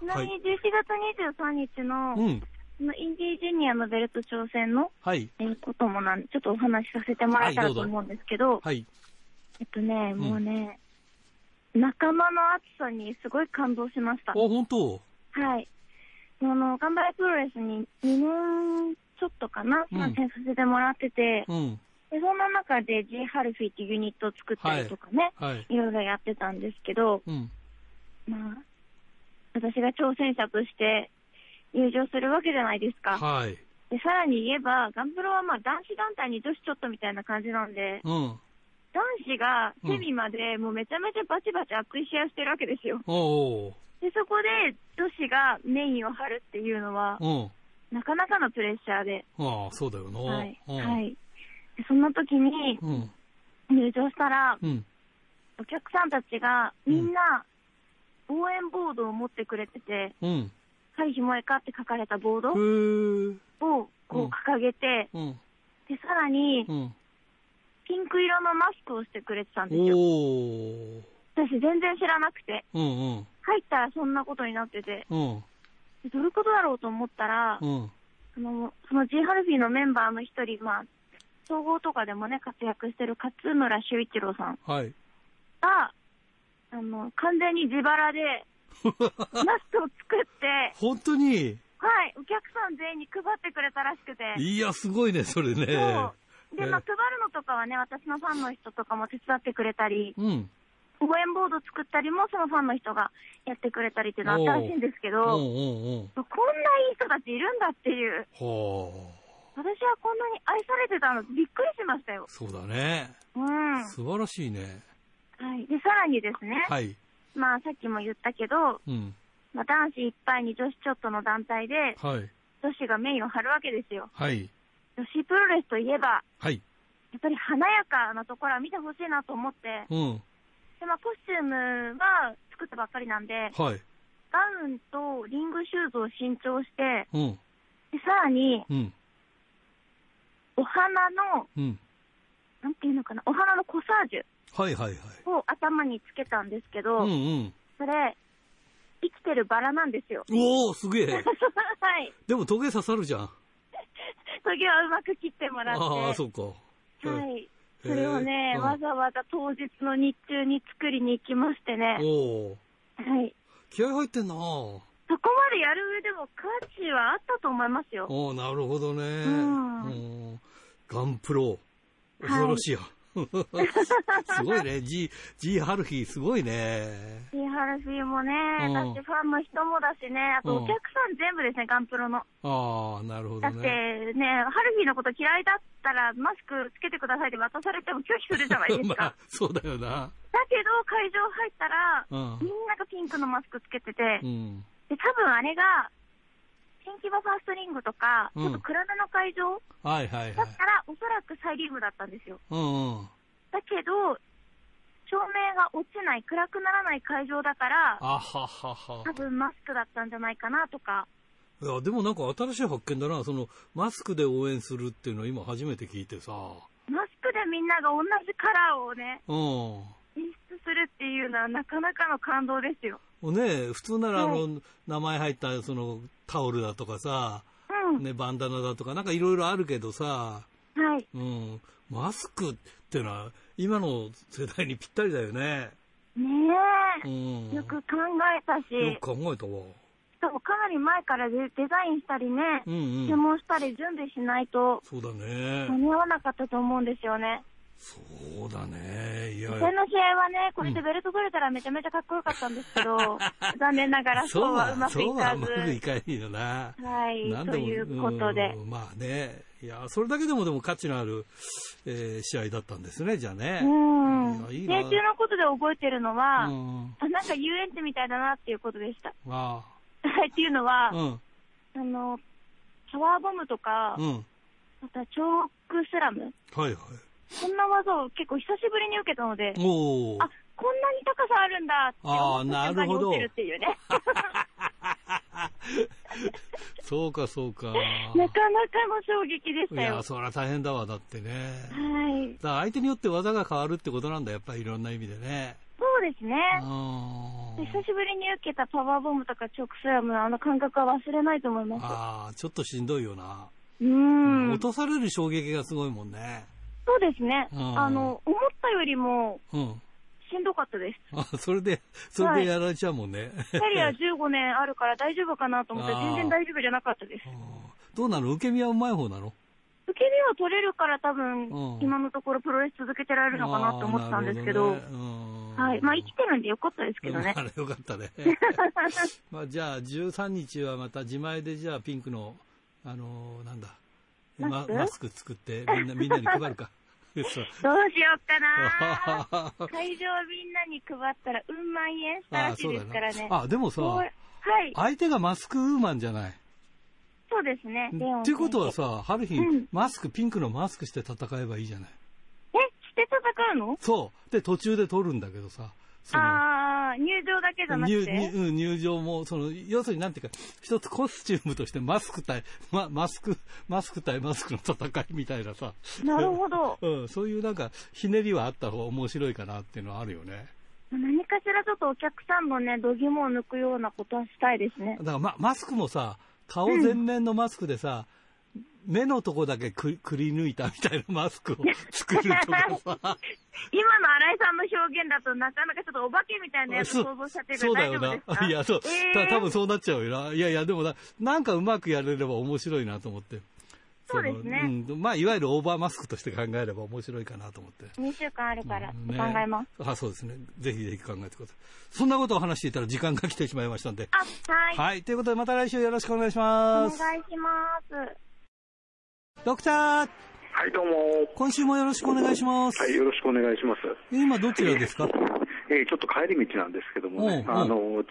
Speaker 5: ちなみに11月23日の、
Speaker 1: うん。
Speaker 5: そのインディージュニアのベルト挑戦の、
Speaker 1: はい。
Speaker 5: えーこともなんちょっとお話しさせてもらえた
Speaker 1: はい
Speaker 5: ら
Speaker 1: ど
Speaker 5: と
Speaker 1: うぞ
Speaker 5: 思うんですけど、
Speaker 1: はい。
Speaker 5: えっとね、もうね、仲間の熱さにすごい感動しました
Speaker 1: あ、。本当
Speaker 5: はい。あの、頑張れプロレスに2年ちょっとかな、
Speaker 1: うん
Speaker 5: 参戦させてもらってて、
Speaker 1: うん。
Speaker 5: でそんな中で G ハルフィっていうユニットを作ったりとかね、
Speaker 1: はい。
Speaker 5: いろいろやってたんですけど、
Speaker 1: うん。
Speaker 5: まあ、私が挑戦者として入場するわけじゃないですか。
Speaker 1: はい。
Speaker 5: でさらに言えば、ガンプロはまあ男子団体に女子ちょっとみたいな感じなんで、
Speaker 1: うん。
Speaker 5: 男子がセミまでもうめちゃめちゃバチバチ熱い試合をしてるわけですよ。
Speaker 1: おう
Speaker 5: で、そこで女子がメインを張るっていうのは
Speaker 1: おう。、うん。
Speaker 5: なかなかのプレッシャーで、
Speaker 1: ああ、そうだよな。
Speaker 5: はい。
Speaker 1: うん
Speaker 5: はい。でそんな時に
Speaker 1: うん。
Speaker 5: 入場したら、
Speaker 1: うん。
Speaker 5: お客さんたちがみんな応援ボードを持ってくれてて、
Speaker 1: うん。
Speaker 5: はい、ひもえかって書かれたボード
Speaker 1: ふー。
Speaker 5: を
Speaker 1: うん
Speaker 5: こう掲げて、
Speaker 1: うん。
Speaker 5: で、さらに
Speaker 1: うん。
Speaker 5: ピンク色のマスクをしてくれてたんですよ。
Speaker 1: おー。
Speaker 5: 私全然知らなくて、
Speaker 1: うんうん。
Speaker 5: 入ったらそんなことになってて、
Speaker 1: うん。
Speaker 5: でどういうことだろうと思ったら、
Speaker 1: うん。
Speaker 5: あのその G ハルフィーのメンバーの一人、まあ、総合とかでもね、活躍してる勝村修一郎さん
Speaker 1: はい。
Speaker 5: が、あの、完全に自腹で、 マスクを作って、
Speaker 1: 本当に、
Speaker 5: はい、お客さん全員に配ってくれたらしくて。
Speaker 1: いや、すごいね、それね。
Speaker 5: そう。で、まあ、
Speaker 1: え
Speaker 5: 配るのとかはね、私のファンの人とかも手伝ってくれたり、
Speaker 1: うん。
Speaker 5: 応援ボード作ったりも、そのファンの人がやってくれたりっていうのあったらしいんです
Speaker 1: う
Speaker 5: け
Speaker 1: んうんうん。
Speaker 5: ど、こんないい人たちいるんだってい
Speaker 1: は
Speaker 5: う、
Speaker 1: あ。
Speaker 5: 私はこんなに愛されてたの、びっくりしましたよ。
Speaker 1: そうだね。
Speaker 5: うん。は
Speaker 1: 素晴らしいね。
Speaker 5: い。で、さらにですね、
Speaker 1: はい。
Speaker 5: まあ、さっきも言ったけど、
Speaker 1: うん。
Speaker 5: まあ、男子いっぱいに女子ちょっとの団体で、
Speaker 1: はい。
Speaker 5: 女子がメインを張るわけですよ。
Speaker 1: はい。
Speaker 5: 女子プロレスといえば、
Speaker 1: はい。
Speaker 5: やっぱり華やかなところは見てほしいなと思って、
Speaker 1: うん。
Speaker 5: で、まあ、コスチュームは作ったばっかりなんで、
Speaker 1: はい。
Speaker 5: ガウンとリングシューズを新調して、
Speaker 1: うん。
Speaker 5: でさらに、
Speaker 1: うん。
Speaker 5: お花の、
Speaker 1: うん。
Speaker 5: なんていうのかな、お花のコサージ
Speaker 1: はいはいはい。
Speaker 5: ュを頭につけたんですけど、
Speaker 1: うんうん。。
Speaker 5: それ、生きてるバラなんですよ
Speaker 1: おおすげえ。
Speaker 5: はい。
Speaker 1: でも、トゲ刺さるじゃん。あ
Speaker 5: トゲはうまく切ってもらって、
Speaker 1: あー、そうか。
Speaker 5: は
Speaker 1: うん
Speaker 5: い。それをね
Speaker 1: へ、ー
Speaker 5: わざわざ当日の日中に作りに行きましてね、
Speaker 1: おお
Speaker 5: はい。
Speaker 1: 気合入ってんなあ
Speaker 5: そこまでやる上でも価値はあったと思いますよ。
Speaker 1: おーなるほどね。
Speaker 5: ん
Speaker 1: うんガンプロ、恐ろしいや。 すごいね。G、G ハルヒー、すごいね。
Speaker 5: シーハルフィーもね
Speaker 1: うん、
Speaker 5: だってファンの人もだしね、あと
Speaker 1: うん
Speaker 5: お客さん全部ですね、ガンプロの。
Speaker 1: ああ、なるほ
Speaker 5: だ
Speaker 1: ど
Speaker 5: って
Speaker 1: ね。
Speaker 5: ね、ハルフィーのこと嫌いだったらマスクつけてくださいって渡されても拒否するじゃないで す
Speaker 1: まあ
Speaker 5: か。、
Speaker 1: そうだよな。
Speaker 5: だけど会場入ったら、
Speaker 1: うん
Speaker 5: みん。ながピンクのマスクつけてて
Speaker 1: う、ん。
Speaker 5: で、多分あれが、新規場ファーストリングとか、
Speaker 1: うん
Speaker 5: ちょっと暗めの会場
Speaker 1: はいはい
Speaker 5: だ
Speaker 1: はい。
Speaker 5: ったら、おそらくサイリウムだったんですよ。
Speaker 1: うんうん。
Speaker 5: だけど、照明が落ちない、暗くならない会場だから、
Speaker 1: あははは
Speaker 5: 多。分マスクだったんじゃないかなとか、
Speaker 1: いや、でもなんか新しい発見だな。その、マスクで応援するっていうのは今初めて聞いてさ。
Speaker 5: マスクでみんなが同じカラーをね、
Speaker 1: うん。
Speaker 5: 演出するっていうのはなかなかの感動ですよ。
Speaker 1: うね、普通ならあの、
Speaker 5: は
Speaker 1: 名前入ったそのタオルだとかさ、
Speaker 5: うん。
Speaker 1: ね、バンダナだとかなんかいろいろあるけどさ、
Speaker 5: はい。
Speaker 1: うん、マスクってのは今の世代にぴったりだよね。
Speaker 5: ね
Speaker 1: う
Speaker 5: え、
Speaker 1: ん、
Speaker 5: よく考えたし、
Speaker 1: よく考えたわ。
Speaker 5: しかもかなり前からデデザインしたりね、
Speaker 1: うんう
Speaker 5: 注
Speaker 1: ん。
Speaker 5: 文したり準備しないと
Speaker 1: そうだね。
Speaker 5: 間に合わなかったと思うんですよね。
Speaker 1: そうだね。いや
Speaker 5: 前、の試合はね、これでベルト取れたらめちゃめちゃかっこよかったんですけど、 残念ながらそうはうまくい
Speaker 1: そうは
Speaker 5: か
Speaker 1: うまくい
Speaker 5: ず。
Speaker 1: かないよな。
Speaker 5: はい、
Speaker 1: なん
Speaker 5: と
Speaker 1: でも
Speaker 5: いうことで。
Speaker 1: うんまあね。いや、それだけでもでも価値のある、えー試合だったんですね、じゃあね。
Speaker 5: うん。
Speaker 1: いやいい
Speaker 5: 試
Speaker 1: な
Speaker 5: 合中のことで覚えてるのは、
Speaker 1: うん。
Speaker 5: あなんか遊園地みたいだなっていうことでした。
Speaker 1: あ
Speaker 5: はいっていうの
Speaker 1: あ。
Speaker 5: は、
Speaker 1: うん。
Speaker 5: あの、パワーボムとか、
Speaker 1: うん。
Speaker 5: またチョークスラム、
Speaker 1: はいはい。
Speaker 5: こんな技を結構久しぶりに受けたので、
Speaker 1: おお。
Speaker 5: あこんなに高さあるんだって思った
Speaker 1: あー
Speaker 5: 瞬間に落ちるってい うね。
Speaker 1: そうかそうか。
Speaker 5: なかなかの衝撃でし
Speaker 1: い
Speaker 5: たよ。
Speaker 1: や、
Speaker 5: は
Speaker 1: そりゃ大変だわ、だってね。
Speaker 5: い。
Speaker 1: だから相手によって技が変わるってことなんだ、やっぱりいろんな意味でね。
Speaker 5: そうですね。
Speaker 1: うん
Speaker 5: で久しぶりに受けたパワーボムとかチョークスラムのあの感覚は忘れないと思います。
Speaker 1: ああ、ちょっとしんどいよな。
Speaker 5: うーん
Speaker 1: 落。とされる衝撃がすごいもんね。
Speaker 5: そうですね。
Speaker 1: うん
Speaker 5: あの、思ったよりも
Speaker 1: うん。
Speaker 5: しんどかったです。
Speaker 1: あ、それで、それでやられちゃうもんね。
Speaker 5: キャ リア15年あるから大丈夫かなと思ったら
Speaker 1: あー
Speaker 5: 全然大丈夫じゃなかったです。
Speaker 1: うんどうなの受け身はうまい方なの
Speaker 5: 受け身は取れるから多分
Speaker 1: うん、
Speaker 5: 今のところプロレス続けてられるのかなと思ってたんですけ
Speaker 1: あ
Speaker 5: ど、
Speaker 1: ーなるほねうん
Speaker 5: はい。まあ生きてるんでよかったですけ どね
Speaker 1: うん。あれよかった ね。まあじゃあ13日はまた自前でじゃあピンクの、あのーなんだ、ま
Speaker 5: マスク
Speaker 1: マスク作ってみんな、みんなに配るか。 そう
Speaker 5: どうしようかな 会場みんなに配ったら、うん、万円したらしいですからね。
Speaker 1: あ、でもさ、
Speaker 5: そうはい。
Speaker 1: 相手がマスクウーマンじゃない。
Speaker 5: そうですね。レオン
Speaker 1: っていうことは
Speaker 5: 選
Speaker 1: さ、春日、
Speaker 5: うん
Speaker 1: マスク、ピンクのマスクして戦えばいいじゃない。
Speaker 5: 手。え、して戦うの
Speaker 1: そう。で、途中で取るんだけどさ、その、
Speaker 5: あー、入場だけじゃなく
Speaker 1: 入入
Speaker 5: て。
Speaker 1: うん入場も、その、要するになんていうか、一つコスチュームとしてマスク対、ま、マスク、マスク対マスクの戦いみたいなさ、
Speaker 5: なるほど。
Speaker 1: うん、そういうなんか、ひねりはあった方が面白いかなっていうのはあるよね。
Speaker 5: 何かしらちょっとお客さんのね、度肝を抜くようなことはしたいですね。
Speaker 1: だから、ま、マスクもさ、顔全面のマスクでさ、目のとこだけくくり抜いたみたいなマスクを作るとかさ。
Speaker 5: 今の新井さんの表現だとなかなかちょっとお化けみたいなやつ
Speaker 1: そ
Speaker 5: 想
Speaker 1: う
Speaker 5: 像しちゃってる
Speaker 1: そ
Speaker 5: けど
Speaker 1: うだ
Speaker 5: 大丈
Speaker 1: よ
Speaker 5: 夫
Speaker 1: な
Speaker 5: です か。
Speaker 1: いや、そう。
Speaker 5: えー
Speaker 1: た多分そうなっちゃうよな。いやいや、でもな、なんかうまくやれれば面白いなと思って。
Speaker 5: そうですね
Speaker 1: そのうん。まあ、いわゆるオーバーマスクとして考えれば面白いかなと思って。
Speaker 5: 2週間あるから
Speaker 1: うんね
Speaker 5: 考えます。
Speaker 1: あ、そうですね。ぜひぜひ考えてください。そんなことを話していたら時間が来てしまいましたんで。
Speaker 5: あ、はい。
Speaker 1: はい。ということで、また来週よろしくお願いし
Speaker 5: お
Speaker 1: ま
Speaker 5: 願い
Speaker 1: す。
Speaker 5: します。
Speaker 1: ドクター、
Speaker 6: はい、どうも。
Speaker 1: 今週もよろしくお願いします。
Speaker 6: はい、よろしくお願いします。
Speaker 1: 今、どちらですか
Speaker 6: えーちょっと帰り道なんですけどもね、
Speaker 1: おうおう
Speaker 6: あの、地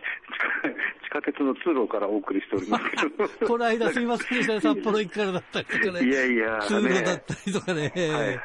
Speaker 6: 下 地下鉄の通路からお送りしておりますけど。
Speaker 1: この間すいませんでした。札幌行くからだったりとかね。
Speaker 6: いやいや、
Speaker 1: 通路だっ
Speaker 6: ね、
Speaker 1: たりとかね。
Speaker 6: はい、はい、はい。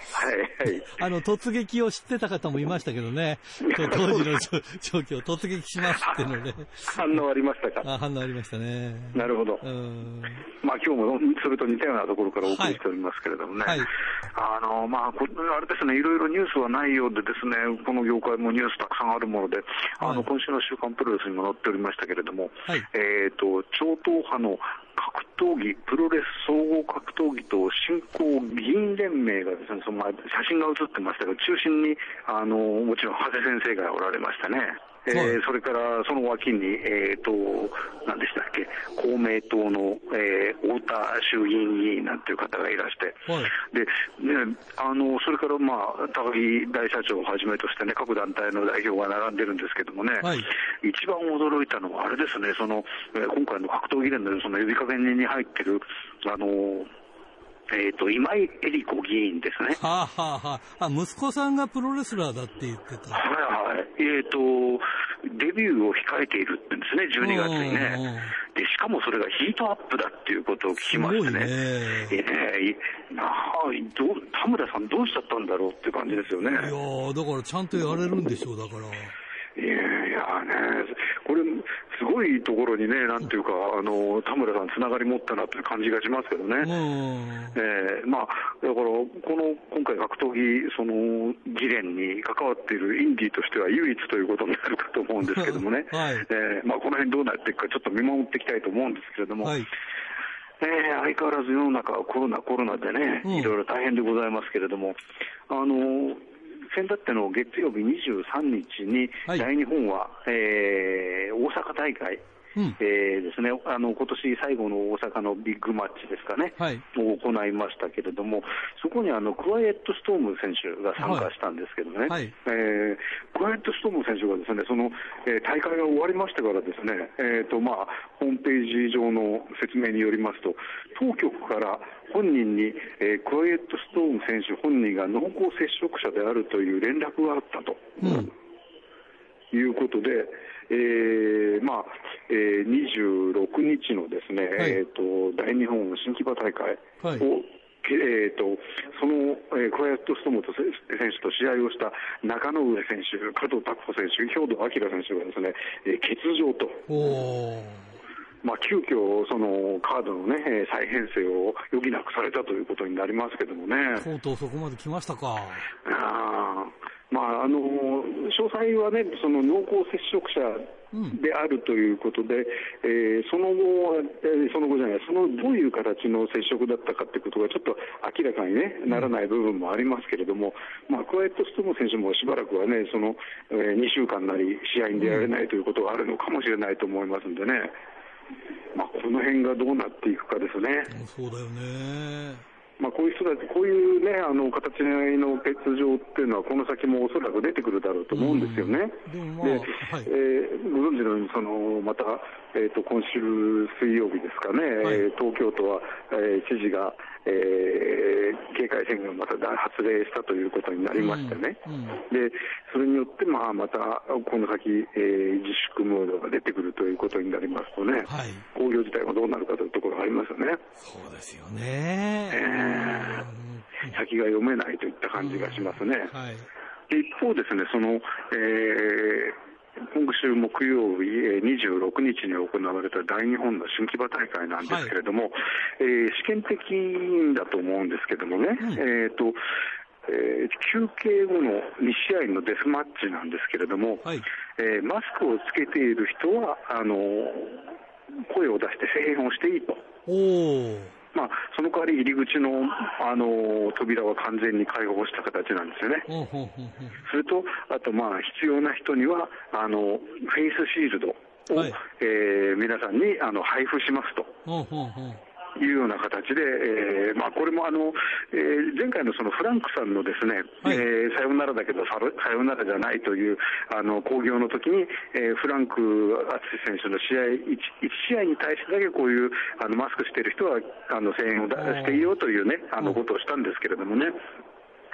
Speaker 1: あの、突撃を知ってた方もいましたけど ね。と当時の状状況、突撃しますっていうので、
Speaker 6: 反応ありましたか。
Speaker 1: あ反応ありましたね。
Speaker 6: なるほど
Speaker 1: う。ん。
Speaker 6: まあ今日もそれと似たようなところからお送りしておりますけれどもね。
Speaker 1: はいはい
Speaker 6: あの、まあ、こあれですね、いろいろニュースはないようでですね、この業界もニュースたくさんあるもので、あ
Speaker 1: は
Speaker 6: の、
Speaker 1: い
Speaker 6: 今週の週刊プロレスにも載っておりましたけれども、
Speaker 1: はい
Speaker 6: えっ、と、超党派の格闘技、プロレス総合格闘技と振興議員連盟がですね、その前写真が写ってましたが、中心に、あの、もちろん長谷先生がおられましたね。えー
Speaker 1: はい
Speaker 6: それからその脇に、えー、と何でしたっけ公明党の、えー太田衆議院議員なんていう方がいらして、
Speaker 1: はい
Speaker 6: でね、あのそれから、まあ、高木大社長をはじめとして、ね、各団体の代表が並んでるんですけどもね、
Speaker 1: はい
Speaker 6: 一番驚いたのは、あれですねその、えー今回の格闘技連のその呼びかけに入ってる、あのえー、と今井絵理子議員ですね。
Speaker 1: はあ、はあはあ、あ、息子さんがプロレスラーだって言ってた。
Speaker 6: はいはい、えっ、と、デビューを控えているって言うんですね、12月に
Speaker 1: うんうんうん
Speaker 6: ね。で、しかもそれがヒートアップだっていうことを聞きまし
Speaker 1: すご
Speaker 6: てね。
Speaker 1: いね
Speaker 6: ええなあどう田村さん、どうしちゃったんだろうっていう感じですよね。
Speaker 1: いやーだからちゃんとやれるんでしょう、だから。
Speaker 6: いやいや、あね、これ、すごいところにね、なんていうか、あの田村さん、つながり持ったなという感じがしますけど
Speaker 1: う
Speaker 6: ね。
Speaker 1: ん、
Speaker 6: えーまあ、だから、この今回、格闘技その議連に関わっているインディーとしては唯一ということになるかと思うんですけどもね
Speaker 1: はい
Speaker 6: えーまあ、この辺どうなっていくか、ちょっと見守っていきたいと思うんですけれども、
Speaker 1: はい
Speaker 6: えー相変わらず世の中はコロナ、コロナでね、
Speaker 1: うん
Speaker 6: いろいろ大変でございますけれども、あの先だっての月曜日23日に、
Speaker 1: はい
Speaker 6: 大日本は、えー大阪大会、
Speaker 1: うん
Speaker 6: えーですね、あの今年最後の大阪のビッグマッチですかね、
Speaker 1: はい
Speaker 6: を行いましたけれども、そこにあのクワイエット・ストーム選手が参加したんですけどね、
Speaker 1: はいはい
Speaker 6: えークワイエット・ストーム選手がですねその、えー大会が終わりましてから、ですね、えーとまあ、ホームページ上の説明によりますと、当局から本人に、えークワイエット・ストーム選手本人が濃厚接触者であるという連絡があったと。
Speaker 1: うん
Speaker 6: いうことで、えーまあえー26日のですね、
Speaker 1: はい
Speaker 6: えー、と大日本新木場大会を、
Speaker 1: はい
Speaker 6: けえー、とその、えークワイエット・ストームと選手と試合をした中野上選手、加藤拓保選手、兵頭明選手がですね、えー欠場と。
Speaker 1: おー
Speaker 6: まあ、急遽そのカードの、ね、えー再編成を余儀なくされたということになりますけどもね。
Speaker 1: とうとうそこまで来ましたか
Speaker 6: あーまあ、あの詳細は、ね、その濃厚接触者であるということで、えーその後は、えーその後じゃない、そのどういう形の接触だったかということがちょっと明らかに、ね、ならない部分もありますけれども、まあ、クワイエット・ストーム選手もしばらくは、ねそのえ2週間なり試合に出られないということがあるのかもしれないと思いますんでね、まあ、この辺がどうなっていくかですね。
Speaker 1: そうだよね
Speaker 6: まあ、こういう人たち、こういうね、あの形の欠場っていうのは、この先もおそらく出てくるだろうと思うんですよね。
Speaker 1: でもまあ
Speaker 6: で
Speaker 1: はい
Speaker 6: えーご存知のように、そのまた、えー、と今週水曜日ですかね、
Speaker 1: はい
Speaker 6: えー東京都は、えー知事が、えー警戒宣言をまた発令したということになりましてね、
Speaker 1: うんうん
Speaker 6: でそれによって、まあ、またこの先、えー自粛ムードが出てくるということになりますとね、
Speaker 1: はい
Speaker 6: 工業自体もどうなるかというところがありますよね。
Speaker 1: そうですよねうん
Speaker 6: 先が読めないといった感じがしますね。
Speaker 1: はい
Speaker 6: で一方ですね、その、えー今週木曜日えー26日に行われた大日本の春季場大会なんですけれども、えー試験的だと思うんですけどもね、えっ、と、えー休憩後の2試合のデスマッチなんですけれども、
Speaker 1: はい
Speaker 6: えーマスクをつけている人は、あの声を出して声援をしていいと。
Speaker 1: おー
Speaker 6: まあ、その代わり入り口の、あの扉は完全に開放した形なんですよね。
Speaker 1: うんうんうんうん
Speaker 6: それと、あと、まあ、必要な人には、あの、フェイスシールドを、
Speaker 1: はい
Speaker 6: えー皆さんに、あの、配布しますと。
Speaker 1: うんうんうん
Speaker 6: いうような形で、えーまあ、これもあの、えー前回のそのフランクさんのですね、
Speaker 1: はい
Speaker 6: えーさよならだけどさろさよならじゃないというあの興行の時に、えーフランク淳選手の試合1、一試合に対してだけこういうあのマスクしている人はあの声援を出していいよというね、あのことをしたんですけれどもね。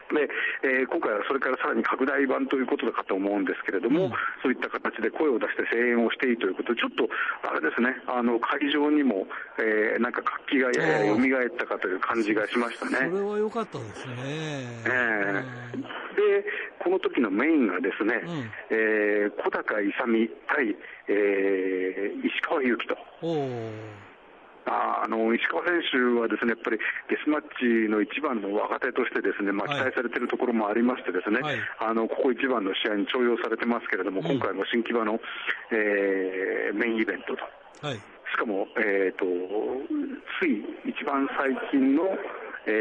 Speaker 6: でえー今回はそれからさらに拡大版ということかと思うんですけれども、そういった形で声を出して声援をしていいということで、ちょっとあれですね、あの会場にも、えーなんか活気がやや
Speaker 1: あ
Speaker 6: 蘇
Speaker 1: ー
Speaker 6: ったかという感じがしました
Speaker 1: それ
Speaker 6: ね。
Speaker 1: は良かったですね
Speaker 6: えーで、この時のメインがですね、
Speaker 1: うん
Speaker 6: えー小高勇対、えー石川祐希と。
Speaker 1: うんおー
Speaker 6: あーあの石川選手はですねやっぱりデスマッチの一番の若手としてですね、まあ、
Speaker 1: はい
Speaker 6: 期待されているところもありましてですね、
Speaker 1: はい
Speaker 6: あのここ一番の試合に重用されてますけれども、今回も新木場の、えーメインイベントと、
Speaker 1: はい
Speaker 6: しかも、えー、とつい一番最近の、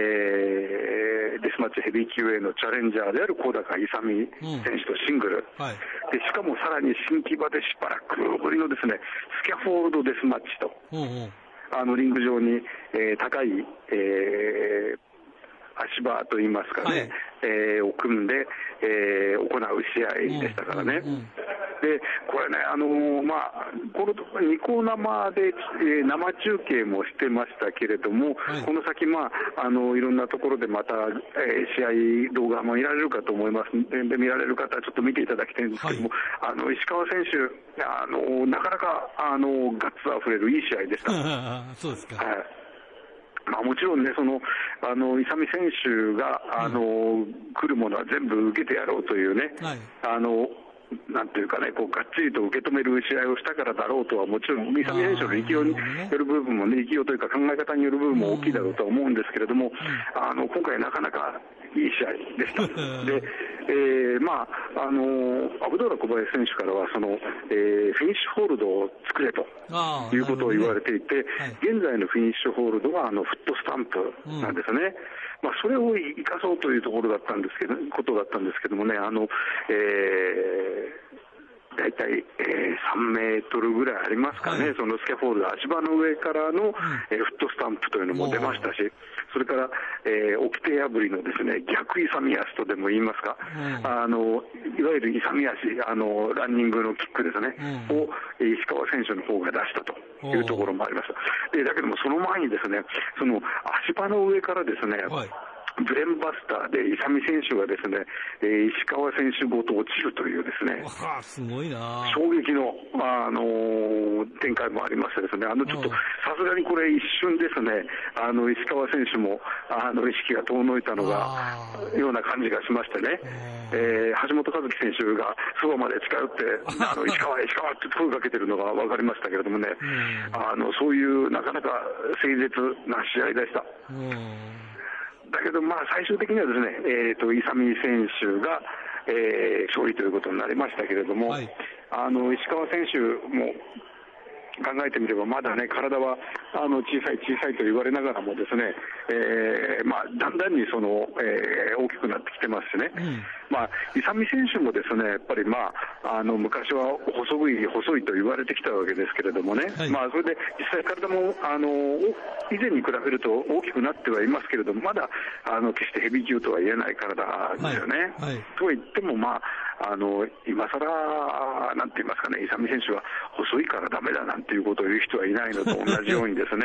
Speaker 6: えーデスマッチヘビー級へのチャレンジャーである小高勇選手とシングル。
Speaker 1: はい
Speaker 6: でしかもさらに新木場でしばらくぶりのですねスキャフォールドデスマッチと
Speaker 1: うんうん
Speaker 6: あのリング上に、えー高い、えー足場といいますかね、
Speaker 1: はい
Speaker 6: えーを組んで、えー行う試合でしたからね。
Speaker 1: うんうんうん
Speaker 6: でこれね、あのーまあ、このニコ生で、えー生中継もしてましたけれども、
Speaker 1: はい
Speaker 6: この先、まああの、いろんなところでまた、えー試合、動画も見られるかと思いますんで、で見られる方はちょっと見ていただきたいんですけども、あの石川選手、あのなかなか、あのガッツあふれるいい試合でした。
Speaker 1: そうですか。
Speaker 6: はいまあ、もちろんね、そのあの勇選手があの、来るものは全部受けてやろうというね、
Speaker 1: はい
Speaker 6: あのなんていうかね、こうがっちりと受け止める試合をしたからだろうとは、もちろん、三上選手の勢いによる部分もね、勢いというか、考え方による部分も大きいだろうとは思うんですけれども、あの今回、なかなかいい試合で した。でえーまああのアブドーラ小林選手からはその、えーフィニッシュホールドを作れと
Speaker 1: ああ
Speaker 6: いうことを言われていて、
Speaker 1: はい
Speaker 6: 現在のフィニッシュホールドはあのフットスタンプなんですね。まあ、それを生かそうというところだったんですけど、ことだったんですけどもね、あの、えー、大体、えー3メートルぐらいありますかね、
Speaker 1: はい
Speaker 6: そのスキャフォールド、足場の上からの、えーフットスタンプというのも出ましたし、それから、えー、掟破りのですね、逆勇み足とでも言いますか、
Speaker 1: うん
Speaker 6: あの、いわゆる勇み足、あの、ランニングのキックですね、
Speaker 1: うん
Speaker 6: をえー石川選手の方が出したというところもありました。で、だけどもその前にですね、その足場の上からですね、
Speaker 1: はい
Speaker 6: ブレンバスターで、イサミ選手がですね、えー石川選手ごと落ちるというですね、
Speaker 1: わあすごいな
Speaker 6: 衝撃の、あのー展開もありましてですね、あのちょっ
Speaker 1: う
Speaker 6: と、
Speaker 1: ん
Speaker 6: さすがにこれ一瞬ですね、あの、石川選手も、あの、意識が遠のいたのが、
Speaker 1: あ
Speaker 6: ような感じがしましてね、えー橋本和樹選手が そばまで近寄っ て、あの石川、石川って声かけてるのが分かりましたけれどもね、あのそういうなかなか誠実な試合でし
Speaker 1: あ
Speaker 6: た。
Speaker 1: うん
Speaker 6: だけど、まあ、最終的にはですね、えー、とイサミ選手が、えー勝利ということになりましたけれども、
Speaker 1: はい
Speaker 6: あの石川選手も考えてみれば、まだね、体はあの小さい、小さいと言われながらも、ですね、えーまあ、だんだんにその、えー大きくなってきてますしね、まあ、イサミ選手もですね、やっぱり、まあ、あの昔は細い、細いと言われてきたわけですけれどもね、
Speaker 1: はい
Speaker 6: まあ、それで実際、体もあの以前に比べると大きくなってはいますけれども、まだあの決してヘビー級とは言えない体ですよね。
Speaker 1: はいはい
Speaker 6: とは言っても、まあ、あの今更なんて言いますかね、イサミ選手は細いからダメだなんていうことを言う人はいないのと同じようにですね、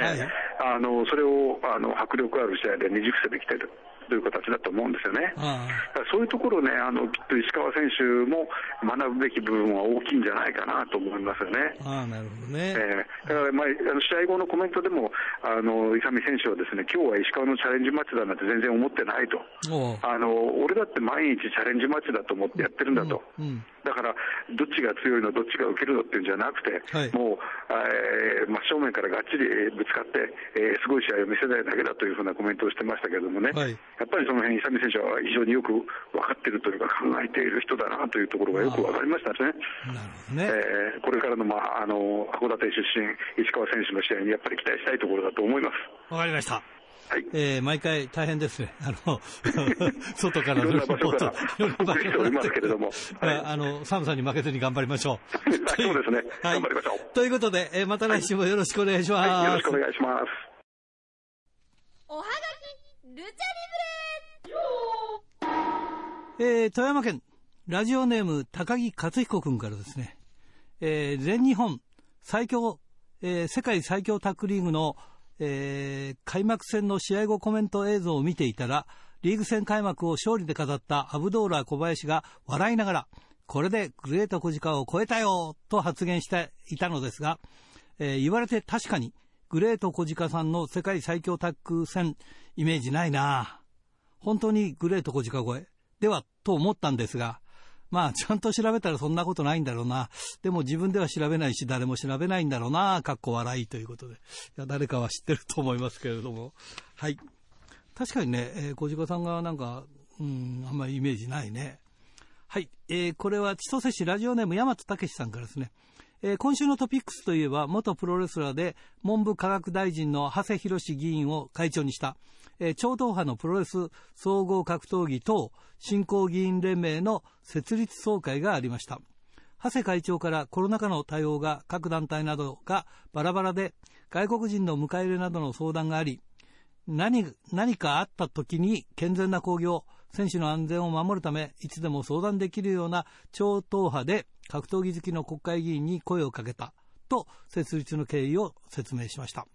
Speaker 1: はい
Speaker 6: あのそれをあの迫力ある試合で二十伏せできてるという形だと思うんですよね。
Speaker 1: あ
Speaker 6: だからそういうところね、あのきっと石川選手も学ぶべき部分は大きいんじゃないかなと思いますよね。
Speaker 1: あああなるほどね、
Speaker 6: えーだから、まあ、あの試合後のコメントでも、あの勇選手はですね今日は石川のチャレンジマッチだなんて全然思ってないと、
Speaker 1: おう
Speaker 6: あの俺だって毎日チャレンジマッチだと思ってやってるんだと。
Speaker 1: うん
Speaker 6: だから、どっちが強いの、どっちが受けるのっていうんじゃなくて、
Speaker 1: はい
Speaker 6: もう、えー真正面からがっちりえーぶつかって、えーすごい試合を見せたいだけだというふうなコメントをしてましたけれどもね、
Speaker 1: はい
Speaker 6: やっぱりその辺、イサミ選手は非常によく分かっているというか、考えている人だなというところがよく分かりました
Speaker 1: なるほ
Speaker 6: ね。
Speaker 1: どね、
Speaker 6: えーこれからの,、まあ、あの函館出身、石川選手の試合にやっぱり期待したいところだと思います。
Speaker 1: わかりました。
Speaker 6: はい
Speaker 1: えー毎回大変ですね。 あ の、外からの
Speaker 6: いろん
Speaker 1: レ
Speaker 6: な場
Speaker 1: ポ
Speaker 6: 所
Speaker 1: ー
Speaker 6: か
Speaker 1: ト
Speaker 6: ら、お送りしておりますけれども はい
Speaker 1: ああの、寒さに負けずに頑張りましょう。
Speaker 6: はい そうですね
Speaker 1: はい
Speaker 6: 頑張りましょう
Speaker 1: ということで、えーまた来週もよろしくお願いします。
Speaker 6: はい、よろしくお願いします。
Speaker 7: おはがきルチャリブレ
Speaker 1: えー富山県、ラジオネーム、高木克彦くんからですね、えー全日本最強、えー世界最強タッグリーグの、えー開幕戦の試合後コメント映像を見ていたら、リーグ戦開幕を勝利で飾ったアブドーラ小林が笑いながら、これでグレート小鹿を超えたよと発言していたのですが、えー言われて確かに、グレート小鹿さんの世界最強タッグ戦、イメージないなぁ。本当にグレート小鹿越えではと思ったんですが、まあちゃんと調べたらそんなことないんだろうな。でも自分では調べないし誰も調べないんだろうな。かっこ笑いということで。いや、誰かは知ってると思いますけれども。はい。確かにね、えー小鹿さんがなんか、うん、あんまりイメージないね。はい、えーこれは千歳市ラジオネーム大和武さんからですね、えー今週のトピックスといえば元プロレスラーで文部科学大臣の長谷博史議員を会長にした、えー超党派のプロレス総合格闘技等振興議員連盟の設立総会がありました長谷会長からコロナ禍の対応が各団体などがバラバラで外国人の迎え入れなどの相談があり何何かあった時に健全な興行選手の安全を守るためいつでも相談できるような超党派で格闘技好きの国会議員に声をかけたと設立の経緯を説明しました、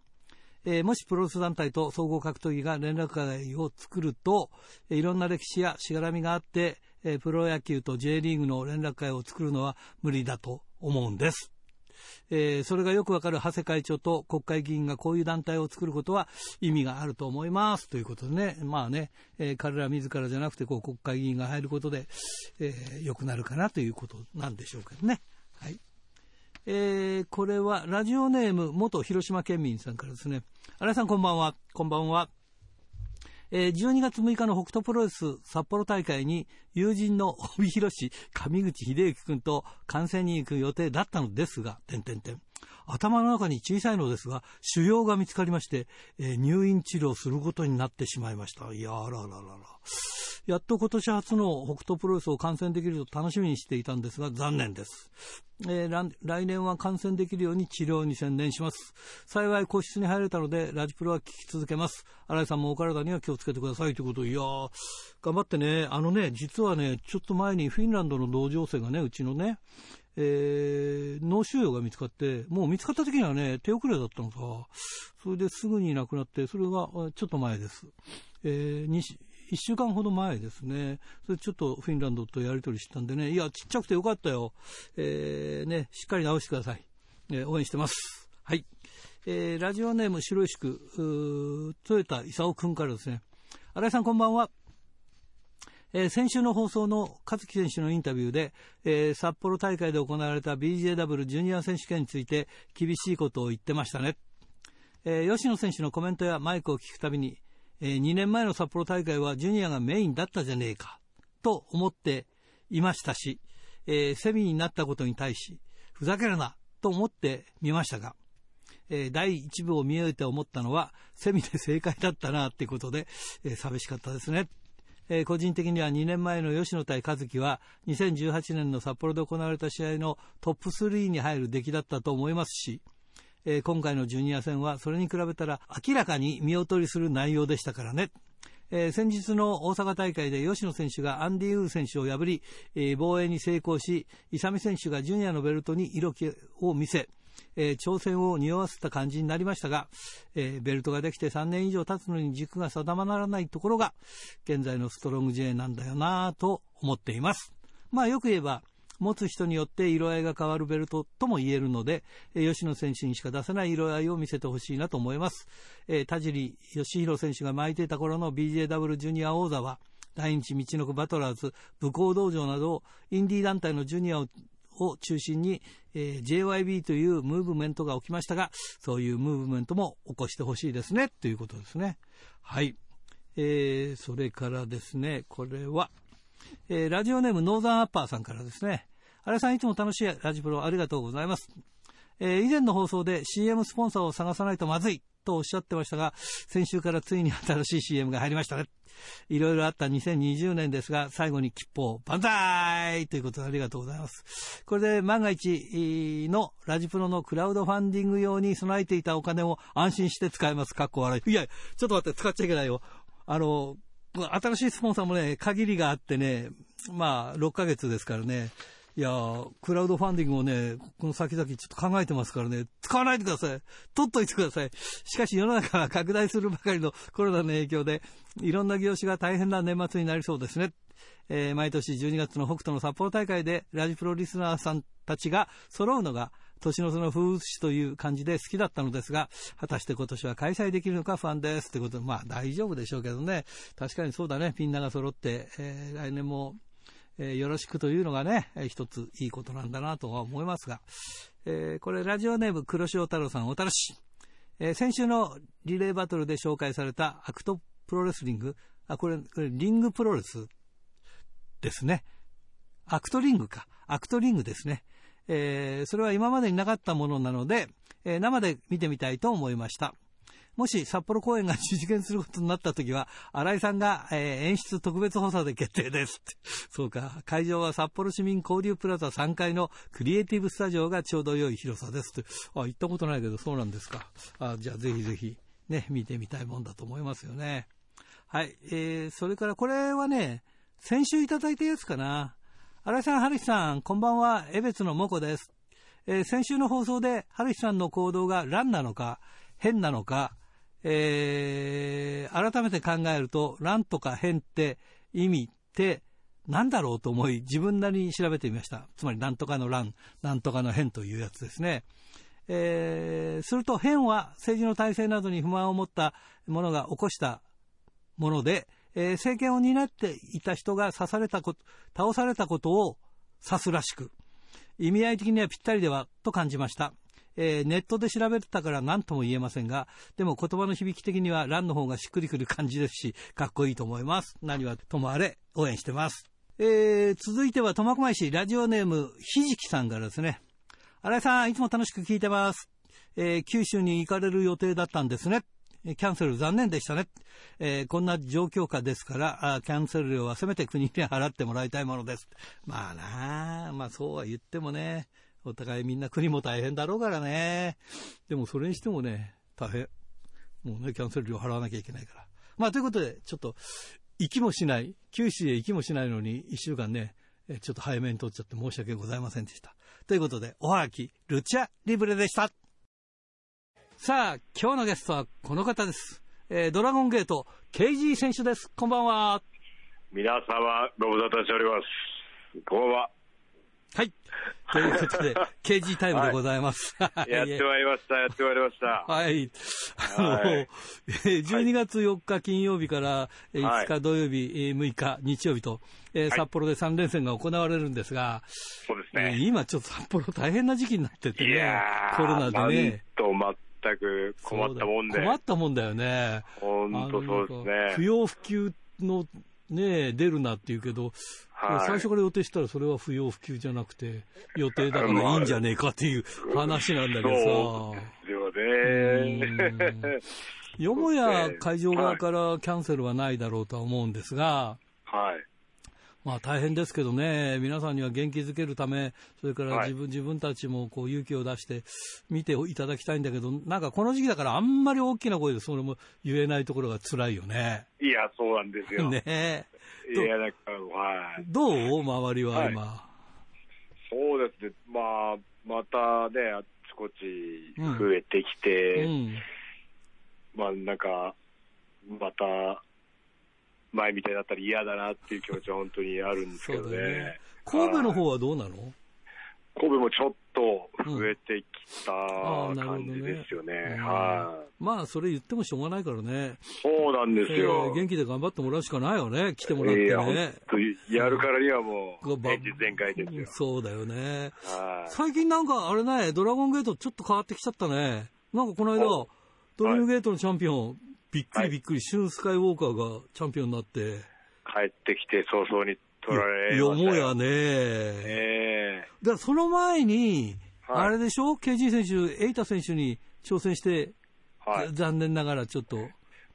Speaker 1: えーもしプロレス団体と総合格闘技が連絡会を作ると、えーいろんな歴史やしがらみがあって、えープロ野球と J リーグの連絡会を作るのは無理だと思うんですえーそれがよくわかる長谷会長と国会議員がこういう団体を作ることは意味があると思いますということでね、まあね、えー彼ら自らじゃなくてこう国会議員が入ることで、えー良くなるかなということなんでしょうけどね。はい。えーこれはラジオネーム元広島県民さんからですね。荒井さんこんばんは。こんばんは。えー12月6日の北斗プロレス札幌大会に友人の 帯広市上口秀之君と観戦に行く予定だったのですが、点々点。頭の中に小さいのですが、腫瘍が見つかりまして、えー入院治療することになってしまいました。いやあらあらあらあら。やっと今年初の北斗プロレスを観戦できると楽しみにしていたんですが、残念です。えーらん来年は観戦できるように治療に専念します。幸い個室に入れたので、ラジプロは聞き続けます。新井さんもお体には気をつけてくださいということで、いやー頑張ってね。あのね、実はね、ちょっと前にフィンランドの同情生がね、うちのね、えー脳腫瘍が見つかって、もう見つかった時にはね、手遅れだったのさ。それですぐに亡くなって、それがあちょっと前です。えーにし一週間ほど前ですね。それちょっとフィンランドとやりとりしてたんでね。いや、ちっちゃくてよかったよ。えーね、しっかり直してください。えー応援してます。はい。えーラジオネーム白石区、うー豊田勲君からですね。新井さんこんばんは。えー先週の放送の勝木選手のインタビューで、えー札幌大会で行われた BJW ジュニア選手権について厳しいことを言ってましたね。えー吉野選手のコメントやマイクを聞くたびに、え2年前の札幌大会はジュニアがメインだったじゃねえか、と思っていましたし、えーセミになったことに対し、ふざけるな、と思ってみましたが、えー第1部を見終えて思ったのは、セミで正解だったな、ってことで、えー寂しかったですね。えー個人的には2年前の吉野対和樹は2018年の札幌で行われた試合のトップ3に入る出来だったと思いますし、えー今回のジュニア戦はそれに比べたら明らかに見劣りする内容でしたからね。えー先日の大阪大会で吉野選手がアンディ・ユー選手を破り、えー防衛に成功し、イサミ選手がジュニアのベルトに色気を見せ、えー挑戦を匂わせた感じになりましたが、えーベルトができて3年以上経つのに軸が定まらないところが、現在のストロング J なんだよなぁと思っています。まあよく言えば、持つ人によって色合いが変わるベルトとも言えるので、えー吉野選手にしか出せない色合いを見せてほしいなと思います。えー田尻義弘選手が巻いていた頃の BJW ジュニア王座は、来日道のくバトラーズ、武功道場など、インディー団体のジュニアをを中心に、えー JYB というムーブメントが起きましたが、そういうムーブメントも起こしてほしいですね、ということですね。はい。えーそれからですね、これは、えーラジオネームノーザンアッパーさんからですね。荒井さんいつも楽しいラジプロありがとうございます。えー以前の放送で CM スポンサーを探さないとまずいとおっしゃってましたが、先週からついに新しい CM が入りましたね。いろいろあった2020年ですが、最後に吉報、万歳ということでありがとうございます。これで万が一えーのラジプロのクラウドファンディング用に備えていたお金を安心して使えます。かっこ笑い。いや、ちょっと待って、使っちゃいけないよ。あの、新しいスポンサーもね、限りがあってね、まあ、6ヶ月ですからね。いやークラウドファンディングをね、この先々ちょっと考えてますからね、使わないでください。取っといてください。しかし世の中は拡大するばかりのコロナの影響で、いろんな業種が大変な年末になりそうですね。えー毎年12月の北斗の札幌大会で、ラジプロリスナーさんたちが揃うのが、年のその風物詩という感じで好きだったのですが、果たして今年は開催できるのか不安です。ということで、まあ大丈夫でしょうけどね。確かにそうだね。みんなが揃って、えー来年も、えーよろしくというのがね、えー一ついいことなんだなとは思いますが、えーこれラジオネーム黒潮太郎さんおたらし。えー先週のリレーバトルで紹介されたアクトプロレスリング、あ、これ、これリングプロレスですね。アクトリングか。アクトリングですね。えーそれは今までになかったものなので、えー生で見てみたいと思いました。もし札幌公演が実現することになった時は、新井さんが、えー演出特別補佐で決定ですって。 そうか、会場は札幌市民交流プラザ3階のクリエイティブスタジオがちょうど良い広さですって。あ、行ったことないけどそうなんですか。あじゃあぜひぜひ、ね、見てみたいもんだと思いますよね。はい、えーそれからこれはね、先週いただいたやつかな。新井さん、春日さん、こんばんは、江別のもこです。えー先週の放送で、春日さんの行動が乱なのか、変なのか、えー改めて考えると、乱とか変って意味って、なんだろうと思い、自分なりに調べてみました。つまり、なんとかの乱、なんとかの変というやつですね。えー、すると、変は政治の体制などに不満を持った者が起こしたもので、えー政権を担っていた人が刺されたこと、倒されたことを指すらしく、意味合い的にはぴったりではと感じました。えーネットで調べてたから何とも言えませんが、でも言葉の響き的には乱の方がしっくりくる感じですし、かっこいいと思います。何はともあれ、応援してます。えー続いては苫小牧市ラジオネームひじきさんからですね。新井さん、いつも楽しく聞いてます。えー九州に行かれる予定だったんですね。えーキャンセル残念でしたね。えーこんな状況下ですからあー、キャンセル料はせめて国に払ってもらいたいものです。まあなあ、まあそうは言ってもね、お互いみんな国も大変だろうからね。でもそれにしてもね、大変。もうね、キャンセル料払わなきゃいけないから。まあということで、ちょっと、行きもしない、九州へ行きもしないのに、一週間ね、えーちょっと早めに取っちゃって申し訳ございませんでした。ということで、おはがき、ルチャリブレでした。さあ、今日のゲストはこの方です。えードラゴンゲート、KG 選手です。こんばんは。
Speaker 8: 皆様、ご無沙汰しております。こんばんは。
Speaker 1: はい。ということで、KG タイムでございます。 はい
Speaker 8: やってまいりました、やってまいりま した。
Speaker 1: はい。あの、
Speaker 8: はい
Speaker 1: えー12月4日金曜日からえー
Speaker 8: はい
Speaker 1: 5日土曜日、えー6日日曜日と、えー札幌で3連戦が行われるんですが、
Speaker 8: そうです
Speaker 1: えー
Speaker 8: ね。
Speaker 1: 今ちょっと札幌大変な時期になってて
Speaker 8: い
Speaker 1: ね
Speaker 8: や、ー、
Speaker 1: コロナでね。
Speaker 8: なんと全く困ったもんで
Speaker 1: そうだ。困ったもんだよね。
Speaker 8: 本当そうです
Speaker 1: あのなんか不
Speaker 8: ね。
Speaker 1: 要不急のね、出るなって言うけど、
Speaker 8: はい
Speaker 1: 最初から予定したらそれは不要不急じゃなくて、予定だか
Speaker 8: ま
Speaker 1: ら
Speaker 8: あ
Speaker 1: いいんじゃねえかっていう話なんだけ
Speaker 8: そ
Speaker 1: ど
Speaker 8: う
Speaker 1: さ。
Speaker 8: ですよね。
Speaker 1: よもや会場側からキャンセルはないだろうとは思うんですが、
Speaker 8: はい。
Speaker 1: まあ大変ですけどね、皆さんには元気づけるため、それから
Speaker 8: はい
Speaker 1: 自分,、自分たちもこう勇気を出して見ていただきたいんだけど、なんかこの時期だからあんまり大きな声でそれも言えないところが辛いよね。
Speaker 8: いや、そうなんですよ。
Speaker 1: ねえ
Speaker 8: いや、だから、はい。
Speaker 1: どう周りは今。
Speaker 8: そうですね。まあ、またね、あっちこっち増えてきて、
Speaker 1: うん。
Speaker 8: まあなんか、また、前みたいになったら嫌だなっていう気持ちは本当にあるんです
Speaker 1: そ
Speaker 8: けど
Speaker 1: う
Speaker 8: ね。
Speaker 1: だよね。神戸の方はどうなの
Speaker 8: 神戸もちょっと増えてきた
Speaker 1: んあーなるほど
Speaker 8: 感
Speaker 1: ね
Speaker 8: じですよね。
Speaker 1: うん
Speaker 8: はい、
Speaker 1: まあそれ言ってもしょうがないからね。
Speaker 8: そうなんです
Speaker 1: えー
Speaker 8: よ。
Speaker 1: 元気で頑張ってもらうしかないよね。来てもらって
Speaker 8: いや、
Speaker 1: ね
Speaker 8: 本。当にやるからにはもう
Speaker 1: ご、ば
Speaker 8: 現実全開ですよ。
Speaker 1: そうだよね。
Speaker 8: はい、
Speaker 1: 最近なんかあれね、ドラゴンゲートちょっと変わってきちゃったね。なんかこの間
Speaker 8: お、
Speaker 1: ドリームゲートのチャンピオン、びっく
Speaker 8: は
Speaker 1: り
Speaker 8: い
Speaker 1: びっくり、シュン・スカイウォーカーがチャンピオンになって、
Speaker 8: 帰ってきて早々に取られ
Speaker 1: よ
Speaker 8: まし
Speaker 1: も
Speaker 8: た
Speaker 1: や
Speaker 8: よ。
Speaker 1: ね。
Speaker 8: え
Speaker 1: だからその前に、
Speaker 8: はい
Speaker 1: あれでしょ ?KG 選手、エイタ選手に挑戦して、
Speaker 8: えはい。
Speaker 1: ざ残念ながらちょっと、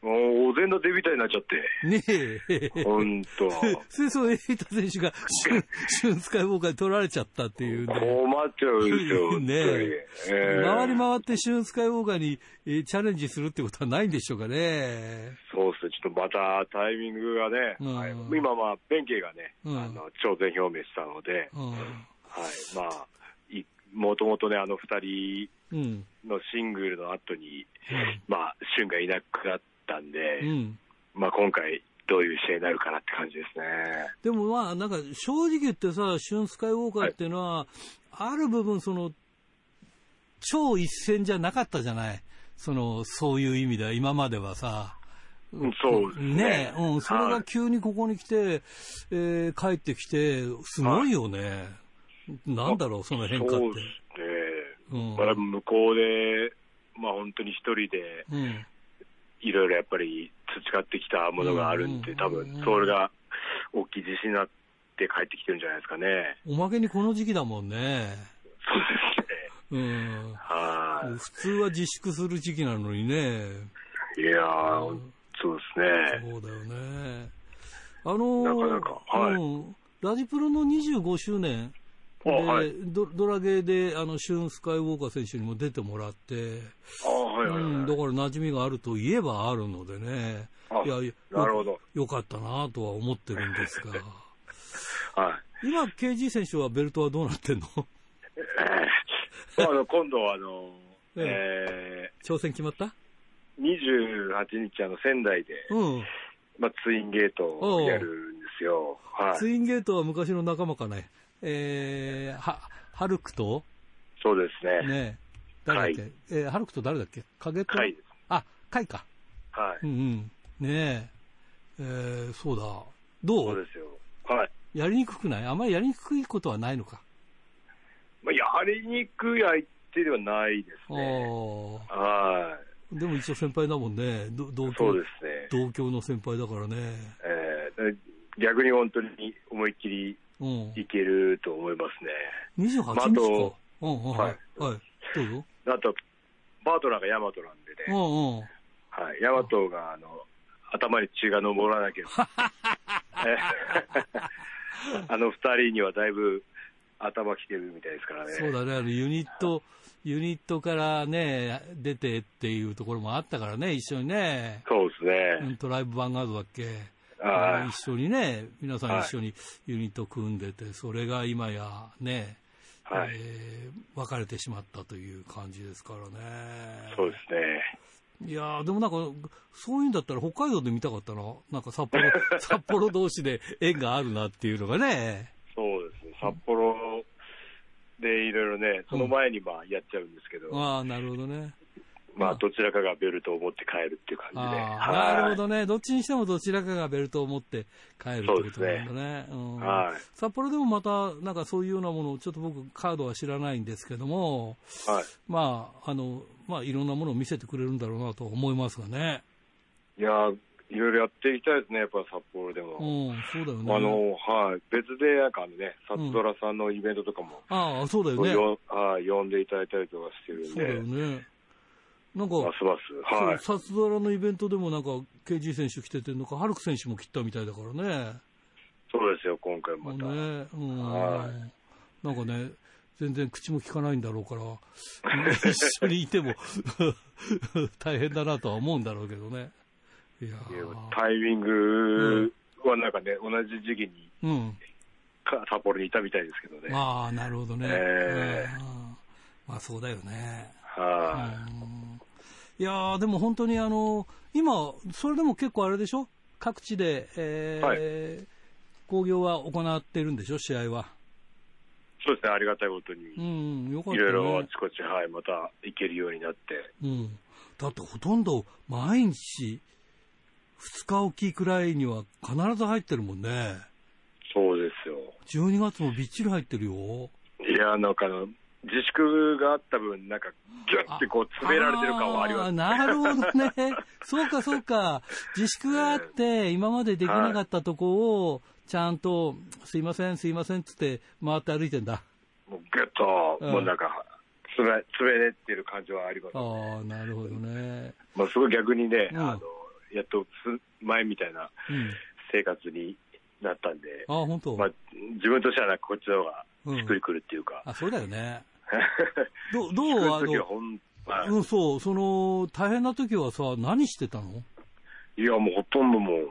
Speaker 8: もう、お膳立てみたいになっちゃって。
Speaker 1: ね え。
Speaker 8: 本 当。
Speaker 1: それでそのエイタ選手がシュン、シュンスカイウォーカーに取られちゃったっていうね。
Speaker 8: 困っちゃうんですよ。
Speaker 1: ねえ
Speaker 8: 本当にええ
Speaker 1: 回り回ってシュンスカイウォーカーに、えーチャレンジするってことはないんでしょうかね。
Speaker 8: そうですね、ちょっとまたタイミングがね、
Speaker 1: うん
Speaker 8: はい今、まあ、弁慶がね、
Speaker 1: うん
Speaker 8: あの挑戦表明したので、
Speaker 1: う
Speaker 8: はいまあ、いもともとね、あの2
Speaker 1: ん。うん。
Speaker 8: 人のシングルの後に、まあ、俊がいなくなったんで、
Speaker 1: うん。
Speaker 8: まあ、今回、どういう試合になるかなって感じですね。
Speaker 1: でもまあ、なんか正直言ってさ、シュンスカイウォーカーっていうのは、ある部分その、超一線じゃなかったじゃない。その、そういう意味では、今まではさ。
Speaker 8: うんそうですね
Speaker 1: ねえ、うん。それ
Speaker 8: は
Speaker 1: が
Speaker 8: い
Speaker 1: 急にここに来て、えー帰ってきて、すごいよね。なんだろう、その変化って
Speaker 8: そう。です
Speaker 1: うん
Speaker 8: ね、まあ、向こうで、まあ、本当に一人で、
Speaker 1: うん。
Speaker 8: いろいろやっぱり培ってきたものがあるんで、
Speaker 1: うん
Speaker 8: 多
Speaker 1: うん
Speaker 8: 分それが大きい自信になって帰ってきてるんじゃないですかね。
Speaker 1: おまけにこの時期だもんね。
Speaker 8: そう
Speaker 1: う
Speaker 8: ですね。
Speaker 1: ん。
Speaker 8: は
Speaker 1: 普通は自粛する時期なのにね。
Speaker 8: い。いやー、そうですね。
Speaker 1: そうだよね。あの
Speaker 8: なかなかはい
Speaker 1: うん、ラジプロの25周年
Speaker 8: あ
Speaker 1: で、
Speaker 8: はい
Speaker 1: ドドラゲーであのシュン・スカイウォーカー選手にも出てもらって、
Speaker 8: あはいはい、
Speaker 1: う
Speaker 8: はい
Speaker 1: ん、だから馴染みがあるといえばあるのでね、
Speaker 8: あ
Speaker 1: いやよ
Speaker 8: なるほど。
Speaker 1: よかったなとは思ってるんですが、
Speaker 8: はい。
Speaker 1: 今、KG 選手はベルトはどうなってんの
Speaker 8: えーまああの、今度はあの、
Speaker 1: え
Speaker 8: え
Speaker 1: 挑戦決まった
Speaker 8: ー、28日あの仙台で、
Speaker 1: うん。
Speaker 8: まあ、ツインゲートをやるんでですよ。はい。
Speaker 1: ツインゲートは昔の仲間かね。えー、は、ハルクと、
Speaker 8: そうですね。
Speaker 1: ね、誰だっけ、
Speaker 8: は
Speaker 1: えーハルクと誰だっけ影と、
Speaker 8: はい。
Speaker 1: あ、カイか。
Speaker 8: は
Speaker 1: う
Speaker 8: い。
Speaker 1: んうん。ねえ、えーそうだ。ど
Speaker 8: そう
Speaker 1: う
Speaker 8: ですよ。はい。
Speaker 1: やりにくくないあまりやりにくいことはないのか。
Speaker 8: まあ、やりにくい相手ではないです
Speaker 1: あ
Speaker 8: ね。
Speaker 1: ー
Speaker 8: は
Speaker 1: でも一応先輩だもんね。ど同
Speaker 8: い。
Speaker 1: 郷
Speaker 8: そうですね。
Speaker 1: 同郷の先輩だからね。
Speaker 8: えー、逆に本当に思いっきり
Speaker 1: うん。
Speaker 8: いけると思いますね。
Speaker 1: 28
Speaker 8: まああ
Speaker 1: 日
Speaker 8: と
Speaker 1: か。うんうんは
Speaker 8: はい
Speaker 1: い。はい。どうぞ。
Speaker 8: あと、パートナーがヤマトなんで
Speaker 1: うん
Speaker 8: ね、
Speaker 1: うん。
Speaker 8: はい、ヤマトがあの頭に血が上らなけれ ば、あの二人にはだいぶ頭きてるみたいですからね。
Speaker 1: そうだね、あのユニット、ユニットからね、出てっていうところもあったからね、一緒にね、
Speaker 8: そうです
Speaker 1: うん
Speaker 8: ね。
Speaker 1: トライブヴァンガードだっけ、
Speaker 8: はい
Speaker 1: 一緒にね、皆さん
Speaker 8: はい
Speaker 1: 一緒にユニット組んでて、それが今やね、
Speaker 8: はい
Speaker 1: えー別れてしまったという感じですからね。
Speaker 8: そうですね。
Speaker 1: いやー、でもなんか、そういうんだったら北海道で見たかったな。なんか札 幌、札幌同士で縁があるなっていうのがね。
Speaker 8: そうですね。札幌でいろいろね、その前にまあやっちゃうんですけど、
Speaker 1: ああ、なるほどね。
Speaker 8: まあどちらかがベルトを持って帰るっていう感じで。
Speaker 1: ああ、なるほ
Speaker 8: ど。
Speaker 1: どね。どっちにしてもどちらかがベルトを持って帰るってことなんだ
Speaker 8: そ
Speaker 1: ね。うん
Speaker 8: はい
Speaker 1: 札幌でもまた、なんかそういうようなものを、ちょっと僕カードは知らないんですけども、
Speaker 8: はい。
Speaker 1: まあ、あの、まあ、いろんなものを見せてくれるんだろうなと思いますがね。
Speaker 8: いやー、いろいろやっていきたいですね、やっぱ札幌でも。
Speaker 1: うん、そうだよね。
Speaker 8: あの、はい。別で、なんかあのね、サツドラさんのイベントとかも、
Speaker 1: ああ、そうだよね。
Speaker 8: よはい呼んでいただいたりとかしてるん
Speaker 1: そうだよ
Speaker 8: で、
Speaker 1: ね。なんか、
Speaker 8: ますます、はい。
Speaker 1: そう札ドラのイベントでもなんか、KG 選手来ててんのか、ハルク選手も来たみたいだからね。
Speaker 8: そうですよ、今回また。
Speaker 1: もうね、うん、
Speaker 8: は
Speaker 1: なんかね、全然口も聞かないんだろう から、一緒にいても 大変だなとは思うんだろうけどね。いや
Speaker 8: いや
Speaker 1: ー
Speaker 8: タイミングはなんかね、同じ時期に
Speaker 1: うん。
Speaker 8: か札幌にいたみたいですけどね。
Speaker 1: まあ、なるほどね。
Speaker 8: ええ
Speaker 1: うんまあ、そうだよね。
Speaker 8: は
Speaker 1: うんいやーでも本当にあの、今、それでも結構あれでしょ各地で、えー
Speaker 8: は
Speaker 1: 工業は行ってるんでしょ試合は。
Speaker 8: い。そうですね、ありがたいことに
Speaker 1: う、ん、よかっ
Speaker 8: い
Speaker 1: た、ね。
Speaker 8: ろいろあちこち、はい、また行けるようになって、
Speaker 1: うん、だってほとんど毎日2日おきくらいには必ず入ってるもんね
Speaker 8: そうですよ。
Speaker 1: 12月もびっちり入ってるよ
Speaker 8: いや、なんかあの、自粛があった分、なんか、ギュッてこう、詰められてる感はあります
Speaker 1: ーなるほどねそうかそうか自粛があって今までできなかったとこをちゃんとすいませんすいませんっつって回って歩いてんだ
Speaker 8: もうぐっと、
Speaker 1: うん
Speaker 8: もうなんか、つべ、つべれってる感じはあります、
Speaker 1: ああなるほどね
Speaker 8: まあ、すごい逆にね、
Speaker 1: うん
Speaker 8: あの、やっとつ前みたいな
Speaker 1: うん
Speaker 8: 生活になったんで、
Speaker 1: ああ本当、
Speaker 8: まあ、自分としてはなんかこっちの方が
Speaker 1: うん
Speaker 8: しっくりくるっていうか、
Speaker 1: あそうだよねどうど
Speaker 8: しっくり
Speaker 1: うあ
Speaker 8: くる時は
Speaker 1: の
Speaker 8: ほん、まあ
Speaker 1: うん、そう、その、大変な時はさ、何してたの
Speaker 8: いや、もうほとんどもう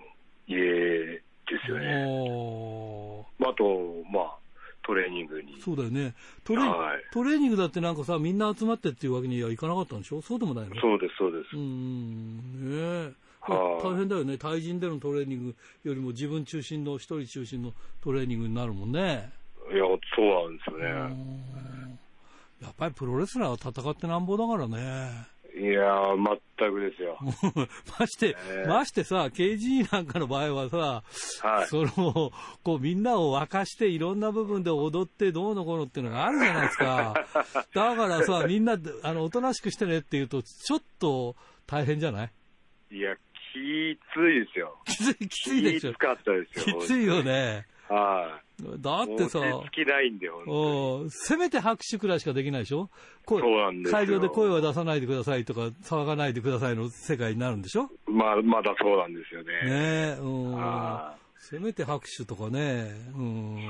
Speaker 8: 家ですよね。
Speaker 1: おー
Speaker 8: まあ、あと、まあ、トレーニングに。
Speaker 1: そうだよね。トレ、
Speaker 8: はい
Speaker 1: トレーニングだってなんかさ、みんな集まってっていうわけにはいかなかったんでしょそうでもないの
Speaker 8: そうです、そうです
Speaker 1: うー。ん、ねえ。
Speaker 8: はい
Speaker 1: 大変だよね。対人でのトレーニングよりも自分中心の、一人中心のトレーニングになるもんね。
Speaker 8: いや、そうなんですよね。
Speaker 1: やっぱりプロレスラーは戦ってなんぼだからね。
Speaker 8: いや、全くですよ。
Speaker 1: まして、ましてさ、KG なんかの場合はさ、
Speaker 8: はい。
Speaker 1: その、こうみんなを沸かしていろんな部分で踊ってどうのこうのっていうのがあるじゃないです か。だからさ、みんな、あの、おとなしくしてねって言うと、ちょっと大変じゃない
Speaker 8: いや、きついですよ。
Speaker 1: きつい、きついでしょ
Speaker 8: きつ。かったです
Speaker 1: き
Speaker 8: よ。
Speaker 1: ついよね。
Speaker 8: は
Speaker 1: だ
Speaker 8: い。
Speaker 1: ってさ、
Speaker 8: 落ち着きないんだよ、本
Speaker 1: うんせめて拍手くらいしかできないでしょ声
Speaker 8: そうなんですよ
Speaker 1: 会場で声は出さないでくださいとか、騒がないでくださいの世界になるんでしょね
Speaker 8: 当にまあ、まだそうなんですよね。
Speaker 1: え、うん。
Speaker 8: は
Speaker 1: せめて拍手とかね、うん。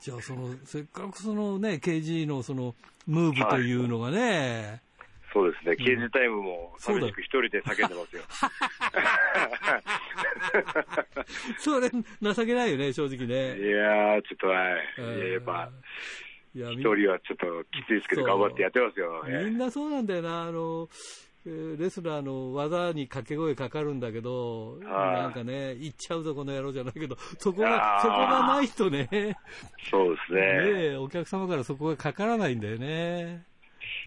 Speaker 1: じゃあその、せっかくそのね、KG のその、ムーブというのがね、
Speaker 8: い。そうですね。刑事タイムも
Speaker 1: そう
Speaker 8: 寂
Speaker 1: だよ
Speaker 8: しく一人で叫んでますよ。
Speaker 1: それ情けないよね、正直
Speaker 8: い
Speaker 1: ね。
Speaker 8: やー、ちょっとはい。いや、やっぱ、
Speaker 1: いや、み
Speaker 8: 一人はちょっときついですけど、頑張ってやってますよ。
Speaker 1: みんなそうなんだよな、あの、えーレスラーの技に掛け声かかるんだけど、
Speaker 8: はい
Speaker 1: なんかね、行っちゃうぞ、この野郎じゃないけど、そこが、
Speaker 8: あー
Speaker 1: そこがないとね、ね
Speaker 8: そうですね。
Speaker 1: えお客様からそこがかからないんだよね。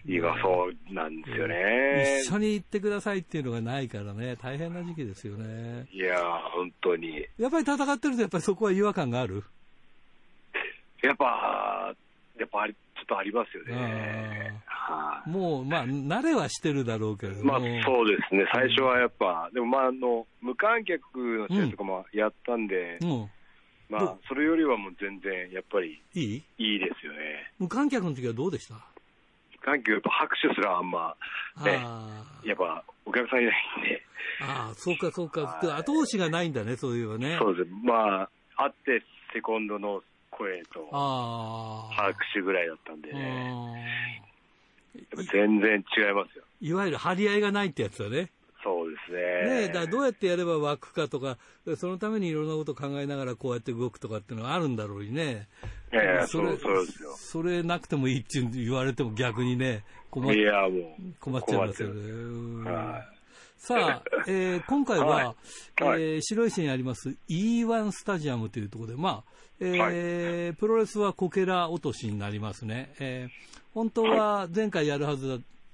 Speaker 8: 胃がそうなんですよね。
Speaker 1: 一緒に行ってくださいっていうのがないからね、大変な時期ですよね。
Speaker 8: いやー、本当に。
Speaker 1: やっぱり戦ってると、やっぱりそこは違和感がある。
Speaker 8: やっぱ、やっぱあり、ちょっとありますよ
Speaker 1: あ
Speaker 8: ね。はい
Speaker 1: もう、まあ、慣れはしてるだろうけれど
Speaker 8: ま
Speaker 1: も。
Speaker 8: あ、そうですね、最初はやっぱ、でも、まあ、あの無観客の試合とかもやったんで、
Speaker 1: も
Speaker 8: まあ、それよりはもう全然やっぱり
Speaker 1: う、いい
Speaker 8: いいですよね、
Speaker 1: 無観客の時はどうでした
Speaker 8: 無観客、やっぱ拍手すらあんま、ね、
Speaker 1: あー
Speaker 8: やっぱお客さんいないんで、
Speaker 1: あー、そうかそうか。
Speaker 8: はい
Speaker 1: 後押しがないんだね、そういえばね。
Speaker 8: そうです、まあ、あって、セコンドの声と
Speaker 1: ああ。
Speaker 8: 拍手ぐらいだったんでね、
Speaker 1: うん
Speaker 8: やっぱ全然違いますよ、
Speaker 1: いわゆる張り合いがないってやつだね。
Speaker 8: そうです
Speaker 1: ねえ、
Speaker 8: ね。
Speaker 1: だからどうやってやれば湧くかとか、そのためにいろんなことを考えながらこうやって動くとかっていうのはあるんだろうにね。
Speaker 8: いやいやそうそうですよ
Speaker 1: それなくてもいいって言われても逆にね、困っ
Speaker 8: いや、もう、
Speaker 1: 困っちゃいますよ
Speaker 8: 困っ
Speaker 1: ね
Speaker 8: てる。
Speaker 1: うん
Speaker 8: は
Speaker 1: さあ、えー今回は、
Speaker 8: はいはい
Speaker 1: えー白石にあります E1 スタジアムというところで、まあえープロレスはこけら落としになりますね、えー本当は前回やるはず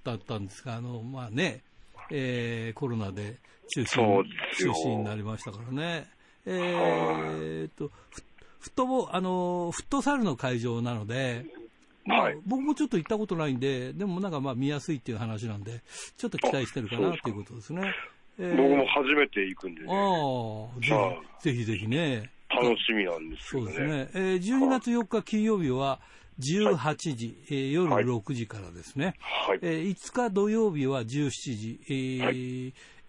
Speaker 1: だだったんですが、あのまあねえーコロナで中
Speaker 8: そう
Speaker 1: 止
Speaker 8: です
Speaker 1: 中
Speaker 8: よ
Speaker 1: 止になりましたからね。えーっとフッフットボあのフットサルの会場なので、まあ
Speaker 8: はい
Speaker 1: 僕もちょっと行ったことないんで、でもなんかまあ見やすいっていう話なんで、ちょっと期待してるかなっていうことですね。えー
Speaker 8: 僕も初めて行くんでね、
Speaker 1: ああ、ぜひぜひぜひね。
Speaker 8: 楽しみなんですけ
Speaker 1: そ
Speaker 8: ど
Speaker 1: うですね。えー12月4日金曜日は18時、えー夜6時からですね。
Speaker 8: はい。
Speaker 1: えー5日土曜日は17時、えー
Speaker 8: は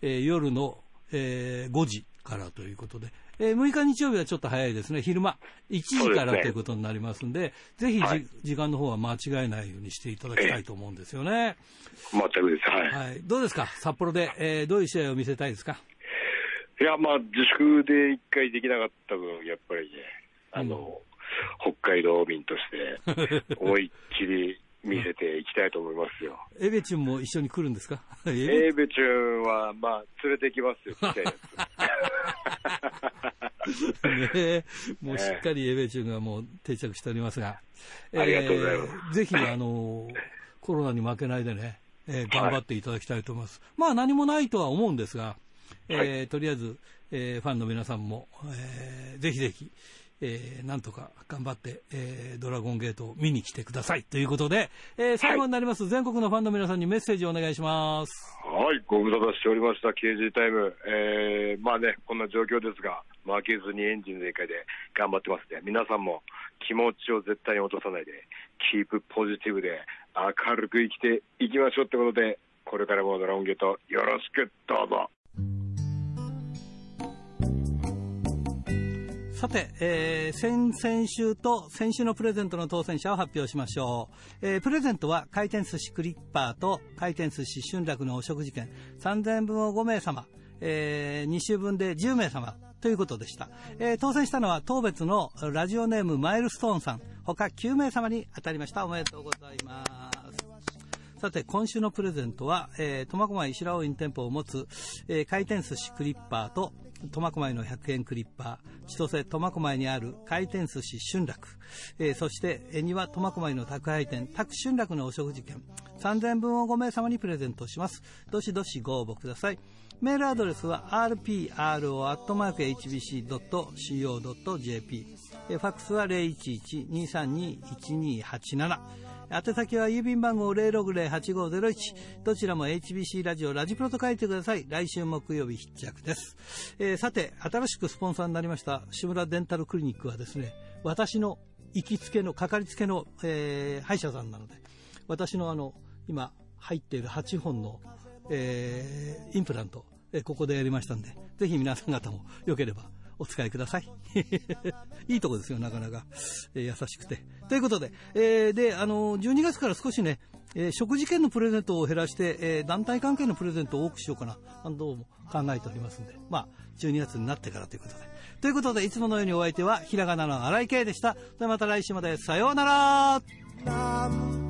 Speaker 1: えー夜の、えー5時からということで、えー6日日曜日はちょっと早いですね、昼間、1時か
Speaker 8: そうです
Speaker 1: ら
Speaker 8: ね
Speaker 1: ということになりますんで、ぜひじ、
Speaker 8: はい
Speaker 1: 時間の方は間違えないようにしていただきたいと思うんですよね。
Speaker 8: 全くです。はい。
Speaker 1: はい、どうですか、札幌で、えーどういう試合を見せたいですか。
Speaker 8: いや、まあ、自粛で一回できなかった分、やっぱりね、あの、北海道民と して、思いっきり見せていきたいと思いますよ。
Speaker 1: エベチュンも一緒に来るんですかエベ
Speaker 8: エーベチュンは、まあ、連れてきますよ、み たいなや
Speaker 1: ねえもうしっかりエベチュンがもう定着しておりますが、
Speaker 8: ありがとうございます
Speaker 1: えーぜひ、あの、コロナに負けないでね、えー頑張っていただきたいと思います。まあ何もないとは思うんですが、えーとりあえず、えーファンの皆さんも、えーぜひぜひ、えーなんとか頑張って、えードラゴンゲートを見に来てくださいということで、えー最後になります、全国のファンの皆さんにメッセージをお願いします。
Speaker 8: つ。はい、ご無沙汰しておりました、KG タイム。えー、まあね、こんな状況ですが、負けずにエンジン全開で頑張ってますね。皆さんも気持ちを絶対に落とさないで、キープポジティブで明るく生きていきましょうってことで、これからもドラゴンゲートよろしくどうぞ。
Speaker 1: さて、えー先々週と先週のプレゼントの当選者を発表しましょう、えープレゼントは回転寿司クリッパーと回転寿司春楽のお食事券3000分を5名様、え2週分で10名様ということでした、えー当選したのは当別のラジオネームマイルストーンさん他9名様に当たりましたおめでとうございますさて、今週のプレゼントは、えー、苫小牧白老院店舗を持つ、えー回転寿司クリッパーと、苫小牧の100円クリッパー、千歳苫小牧にある回転寿司春楽、えーそして、えーには苫小牧の宅配店、宅春楽のお食事券、3000分を5名様にプレゼントします。どしどしご応募ください。メールアドレスは rpro.hbc.co.jp えーファックスは011-232-1287宛先は郵便番号0608501どちらも HBC ラジオラジプロと書いてください来週木曜日必着です、えーさて新しくスポンサーになりました志村デンタルクリニックはですね私の行きつけのかかりつけの、えー歯医者さんなので私のあの今入っている8本の、えーインプラント、えーここでやりましたんでぜひ皆さん方もよければお使いくださいいいとこですよなかなか、えー優しくてということで,、えーであの12月から少しね、えー食事券のプレゼントを減らして、えー団体関係のプレゼントを多くしようかなあのどうも考えておりますんでまあ12月になってからということでということでいつものようにお相手はひらがなの荒井圭でしたそれではまた来週までさようなら
Speaker 2: なん